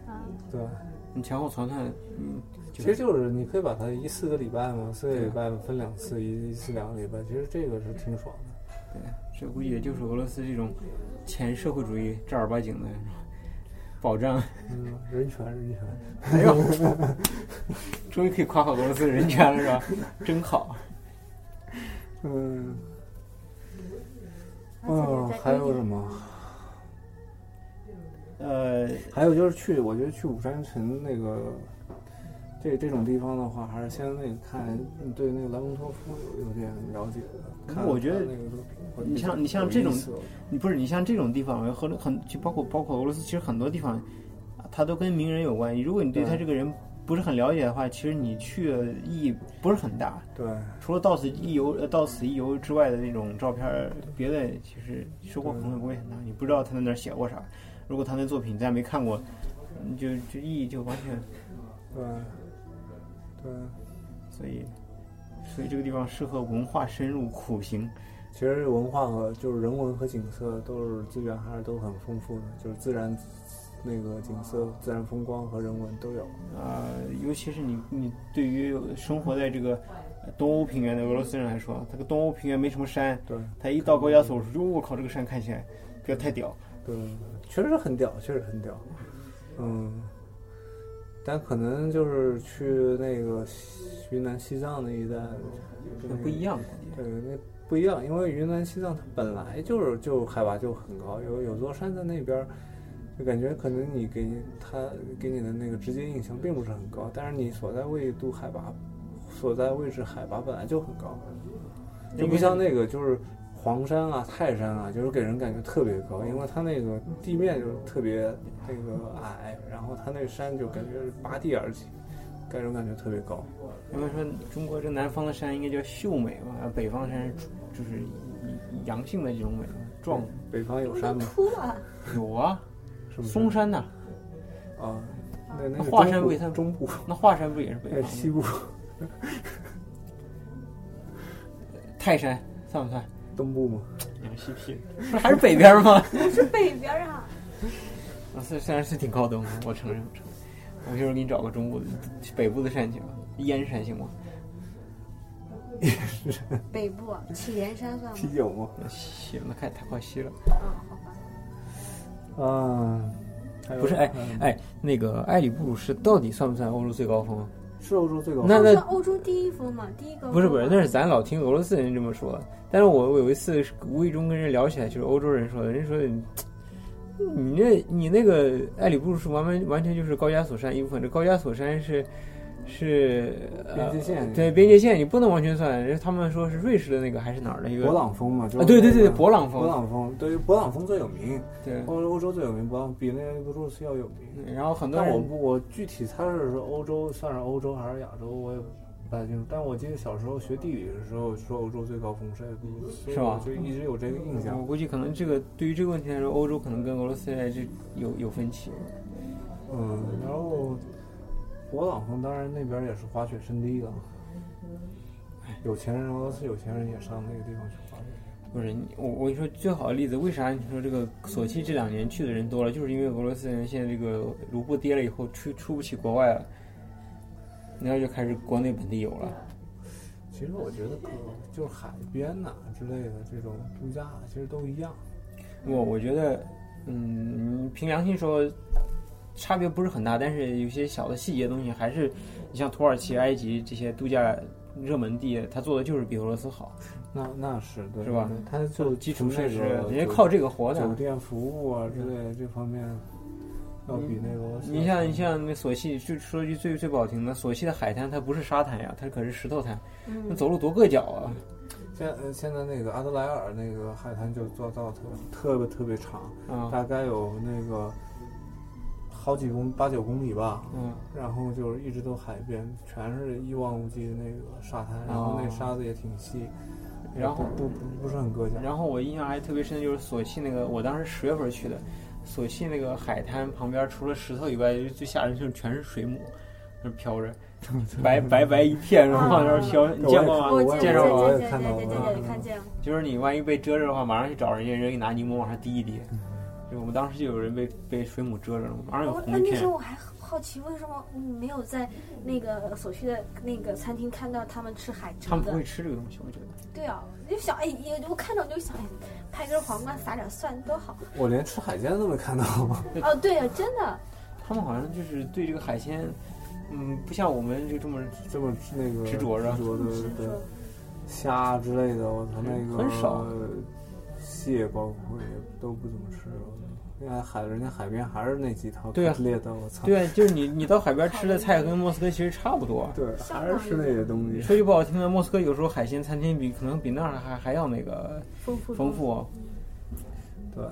Speaker 7: 啊，
Speaker 4: 对吧？
Speaker 5: 你前后攒算，嗯，
Speaker 4: 其
Speaker 5: 就
Speaker 4: 实就是你可以把它一四个礼拜嘛，四个礼拜分两次，一一次两个礼拜，其实这个是挺爽的。
Speaker 5: 这估计也就是俄罗斯这种前社会主义正儿八经的保障。
Speaker 4: 嗯，人权，人权。
Speaker 5: 哎呦， 终于可以夸夸俄罗斯人权了是 吧？真好。
Speaker 4: 嗯，
Speaker 7: 那自己在
Speaker 4: 哦还有
Speaker 7: 规
Speaker 4: 什
Speaker 7: 定
Speaker 4: 么？
Speaker 5: 呃，
Speaker 4: 还有就是去，我觉得去武山城那个这这种地方的话，还是先那个看对那个莱蒙托夫有有点了解的。看
Speaker 5: 我觉得
Speaker 4: 看那个作品
Speaker 5: 你像你像这种你不是你像这种地方，很多很就包括包括俄罗斯，其实很多地方，啊它都跟名人有关系。如果你对他
Speaker 4: 对
Speaker 5: 这个人不是很了解的话，其实你去的意义不是很大。
Speaker 4: 对，
Speaker 5: 除了到此一游、呃到此一游之外的那种照片儿，别的其实收获可能不会很大。你不知道他在哪儿写过啥，如果他那作品咱没看过，嗯就就意义就完全。
Speaker 4: 对，对。
Speaker 5: 所以，所以这个地方适合文化深入苦行。
Speaker 4: 其实文化和就是人文和景色都是资源还是都很丰富的，就是自然那个景色、自然风光和人文都有。
Speaker 5: 呃，尤其是你你对于生活在这个呃东欧平原的俄罗斯人来说，他个东欧平原没什么山，
Speaker 4: 对
Speaker 5: 他一到高加索说，我靠，这个山看起来不要太屌。
Speaker 4: 对，确实很屌，确实很屌。嗯，但可能就是去那个西云南、西藏那一带，
Speaker 5: 这个不一样，
Speaker 4: 对，呃那不一样，因为云南、西藏它本来就是就海拔就很高，有有座山在那边儿，就感觉可能你给你它给你的那个直接印象并不是很高，但是你所在位度海拔，所在位置海拔本来就很高，就不像那个就是黄山啊、泰山啊，就是给人感觉特别高，因为它那个地面就是特别那个矮，然后它那山就感觉是拔地而起，给人感觉特别高。
Speaker 5: 他们说中国这南方的山应该叫秀美嘛，啊北方的山是就是阳性的这种美，壮
Speaker 4: 北方有山吗？
Speaker 1: 哭了，
Speaker 5: 有啊，
Speaker 8: 是不是？
Speaker 5: 嵩山呐，
Speaker 4: 啊，那那个
Speaker 5: 华
Speaker 4: 中
Speaker 5: 山
Speaker 4: 部
Speaker 5: 为他
Speaker 4: 中部，
Speaker 5: 那华山不也是
Speaker 4: 那
Speaker 5: 北方
Speaker 4: 个西
Speaker 5: 吗？
Speaker 4: 部
Speaker 5: 泰山算不算？
Speaker 4: 东部吗？
Speaker 5: 你们西皮，不是 还是北边吗？
Speaker 1: 是北边儿啊，
Speaker 5: 啊，虽虽然是挺靠东的，我承认，我承认，我一会儿给你找个中部的、北部的山去吧，燕山行吗？
Speaker 1: 北部啊祁连山算
Speaker 4: 啤
Speaker 1: 吗？
Speaker 4: 酒吗？
Speaker 5: 那西那太太靠西了。
Speaker 1: 嗯，好吧。
Speaker 4: 啊，还有
Speaker 5: 不是哎
Speaker 4: 嗯
Speaker 5: 哎，那个埃里布鲁是到底算不算欧洲最高峰啊？
Speaker 4: 是欧洲最高
Speaker 5: 那
Speaker 4: 峰
Speaker 5: 那
Speaker 1: 是欧洲第一峰嘛，第一个
Speaker 5: 不是不是，那是咱老听俄罗斯人这么说。但是我我有一次是无意中跟人聊起来，就是欧洲人说的，人家说你你那你那个埃里布鲁是完完完全就是高加索山一部分，这高加索山是是
Speaker 4: 边界
Speaker 5: 呃
Speaker 4: 线，
Speaker 5: 对边界线，你不能完全算。人家他们说是瑞士的那个还是哪儿的一个
Speaker 4: 勃朗峰嘛，就
Speaker 5: 啊？对对对，
Speaker 4: 勃
Speaker 5: 勃朗
Speaker 4: 勃
Speaker 5: 峰。
Speaker 4: 朗峰，对，勃朗峰最有名，
Speaker 5: 对，嗯
Speaker 4: 欧洲欧洲最有名，勃朗比那个俄罗斯要有名。
Speaker 5: 然后很多
Speaker 4: 但我
Speaker 5: 人
Speaker 4: 不，我具体猜是说欧洲算是欧洲还是亚洲，我也不太清楚。但我记得小时候学地理的时候说欧洲最高峰是埃布鲁斯，
Speaker 5: 是吧
Speaker 4: 所以我就一直有这个印象
Speaker 5: 我。估计可能这个对于这个问题来说，欧洲可能跟俄罗斯还是有有分歧。
Speaker 4: 嗯，然后勃朗峰当然那边也是滑雪圣地了，哎有钱人俄罗斯有钱人也上那个地方去滑雪。
Speaker 5: 不是你我我跟你说最好的例子，为啥你说这个索契这两年去的人多了，就是因为俄罗斯人现在这个卢布跌了以后出出不起国外了，然后就开始国内本地游了。
Speaker 4: 其实我觉得可就是海边呐、之类的这种度假，其实都一样。
Speaker 5: 我我觉得，嗯，凭良心说，差别不是很大，但是有些小的细节东西还是，你像土耳其、埃及这些度假热门地，它做的就是比俄罗斯好，
Speaker 4: 那那是对
Speaker 5: 是吧？
Speaker 4: 对它就
Speaker 5: 基础
Speaker 4: 从那
Speaker 5: 设施
Speaker 4: 个
Speaker 5: 人家
Speaker 4: 酒
Speaker 5: 靠这个活的。
Speaker 4: 酒店服务啊之类的这方面，要比那个俄罗斯
Speaker 5: 你像你像那索契，就说句最最不好听的，索契的海滩它不是沙滩呀，它可是石头滩，
Speaker 1: 嗯
Speaker 5: 那走路多硌脚啊！
Speaker 4: 现呃现在那个阿德莱尔那个海滩就做到特特别特别长，
Speaker 5: 啊，
Speaker 4: 大概有那个好几公八九公里吧，
Speaker 5: 嗯，
Speaker 4: 然后就是一直都海边，全是一望无际的那个沙滩，然后那
Speaker 5: 哦
Speaker 4: 沙子也挺细，
Speaker 5: 然后
Speaker 4: 不不不是很硌脚。
Speaker 5: 然后我印象还特别深，就是索契那个，我当时十月份去的，索契那个海滩旁边除了石头以外，最吓人就是全是水母，那飘着，白白白一片，然后往那儿飘，你见过
Speaker 4: 我
Speaker 1: 我
Speaker 4: 也
Speaker 1: 哦
Speaker 5: 吗？
Speaker 1: 见
Speaker 5: 见
Speaker 1: 见
Speaker 5: 着
Speaker 4: 我
Speaker 5: 吗？
Speaker 4: 也
Speaker 1: 见
Speaker 4: 看
Speaker 1: 见
Speaker 4: 到
Speaker 1: 见
Speaker 4: 过
Speaker 5: 嗯
Speaker 1: 见看见了，
Speaker 5: 就是你万一被遮着的话，马上去找人家，人家给你拿柠檬往上滴一滴。就我们当时就有人被被水母遮着了，马上有
Speaker 1: 我
Speaker 5: 红
Speaker 1: 哦那
Speaker 5: 一
Speaker 1: 那时
Speaker 5: 片
Speaker 1: 候。我还好奇，为什么你嗯没有在那个所去的那个餐厅看到他们吃海
Speaker 5: 他
Speaker 1: 蜇
Speaker 5: 们不
Speaker 1: 的
Speaker 5: 会？吃这个东西，我觉得。
Speaker 1: 对啊，我就想哎，我我看到我就想，哎，拍根黄瓜撒点蒜多好。
Speaker 4: 我连吃海鲜都没看到，
Speaker 1: 哦，对啊，真的，
Speaker 5: 他们好像就是对这个海鲜，嗯，不像我们就这么
Speaker 4: 这么那个
Speaker 5: 执着是吧
Speaker 4: 执着的
Speaker 1: 是
Speaker 4: 对
Speaker 1: 说
Speaker 4: 虾之类的，我操那个
Speaker 5: 很少，
Speaker 4: 蟹包括也都不怎么吃。人家海人家海边还是那几套
Speaker 5: 对啊
Speaker 4: 猎的，我操，
Speaker 5: 对啊，就是你你到海边吃的菜跟莫斯科其实差不多。
Speaker 4: 对，还是吃那些东西。
Speaker 5: 说句不好听的，莫斯科有时候海鲜餐厅比可能比那儿还还要那个
Speaker 1: 丰富
Speaker 5: 丰。富哦，
Speaker 4: 对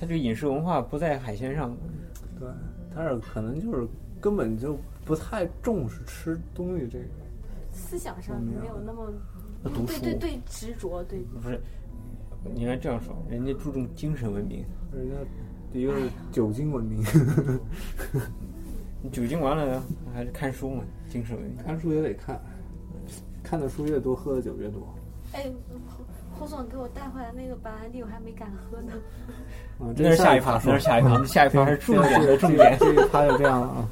Speaker 5: 它这个饮食文化不在海鲜上。
Speaker 4: 对，但是可能就是根本就不太重视吃东西这个。
Speaker 1: 思想上
Speaker 4: 嗯
Speaker 1: 没有那么
Speaker 5: 读
Speaker 1: 对
Speaker 5: 书
Speaker 1: 对对执着，对
Speaker 5: 不是，你应该这样说，人家注重精神文明。
Speaker 4: 人家一个是酒精文明，
Speaker 5: 你酒精完了呢，还是看书嘛，精神文明。
Speaker 4: 看书也得看，看的书越多，喝的酒越多。
Speaker 1: 哎，胡胡总给我带回来那个白兰地，我还没敢喝呢。
Speaker 4: 嗯，
Speaker 5: 那是下一趴，
Speaker 4: 说
Speaker 5: 那是下一趴，下一趴是重点的重点。
Speaker 4: 这一趴就这样了啊。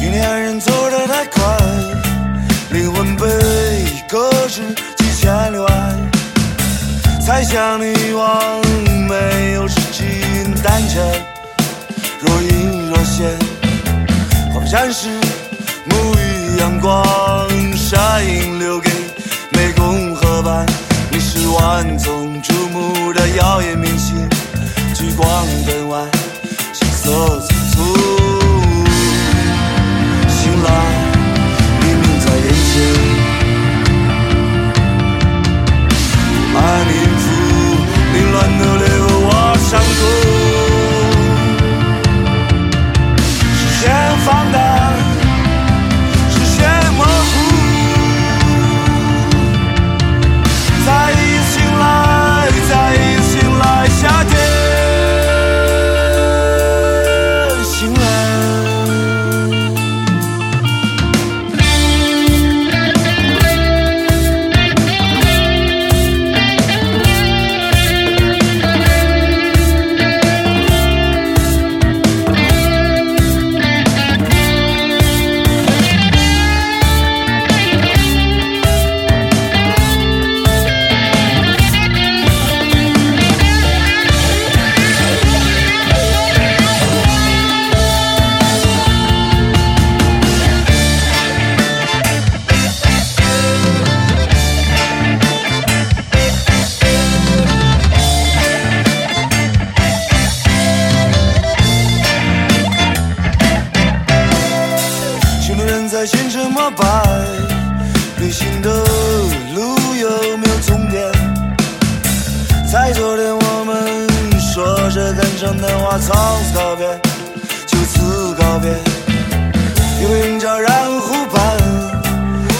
Speaker 3: 今天人走得太快，灵魂被搁置几千里外，猜想你往没有时间单程，若隐若现，恍然是沐浴阳光，沙影留给湄公河。是万众瞩目的耀眼明星，聚光灯外行色匆匆。醒来，黎明在眼前。把音符凌乱的掠过我伤口，视线放大，视线模糊，再一醒来，再一醒来，夏天醒来。许多人在虔诚膜拜，旅行的路有没有终点？在昨天我们说着肝肠的话，从此告别，就此告别。有人照然湖畔，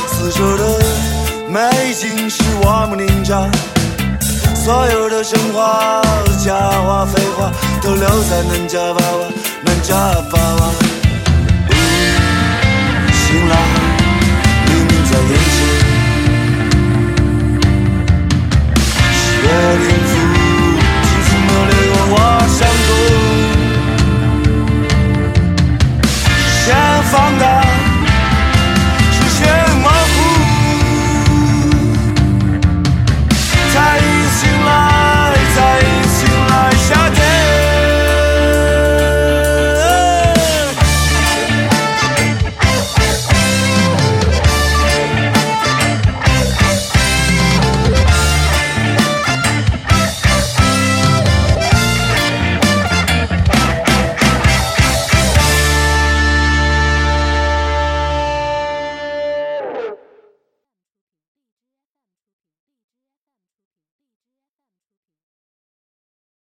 Speaker 3: 四周的美景是我们凝望，所有的神话、假话、废话，都留在南迦巴瓦，南迦巴瓦。醒来，黎明在眼前。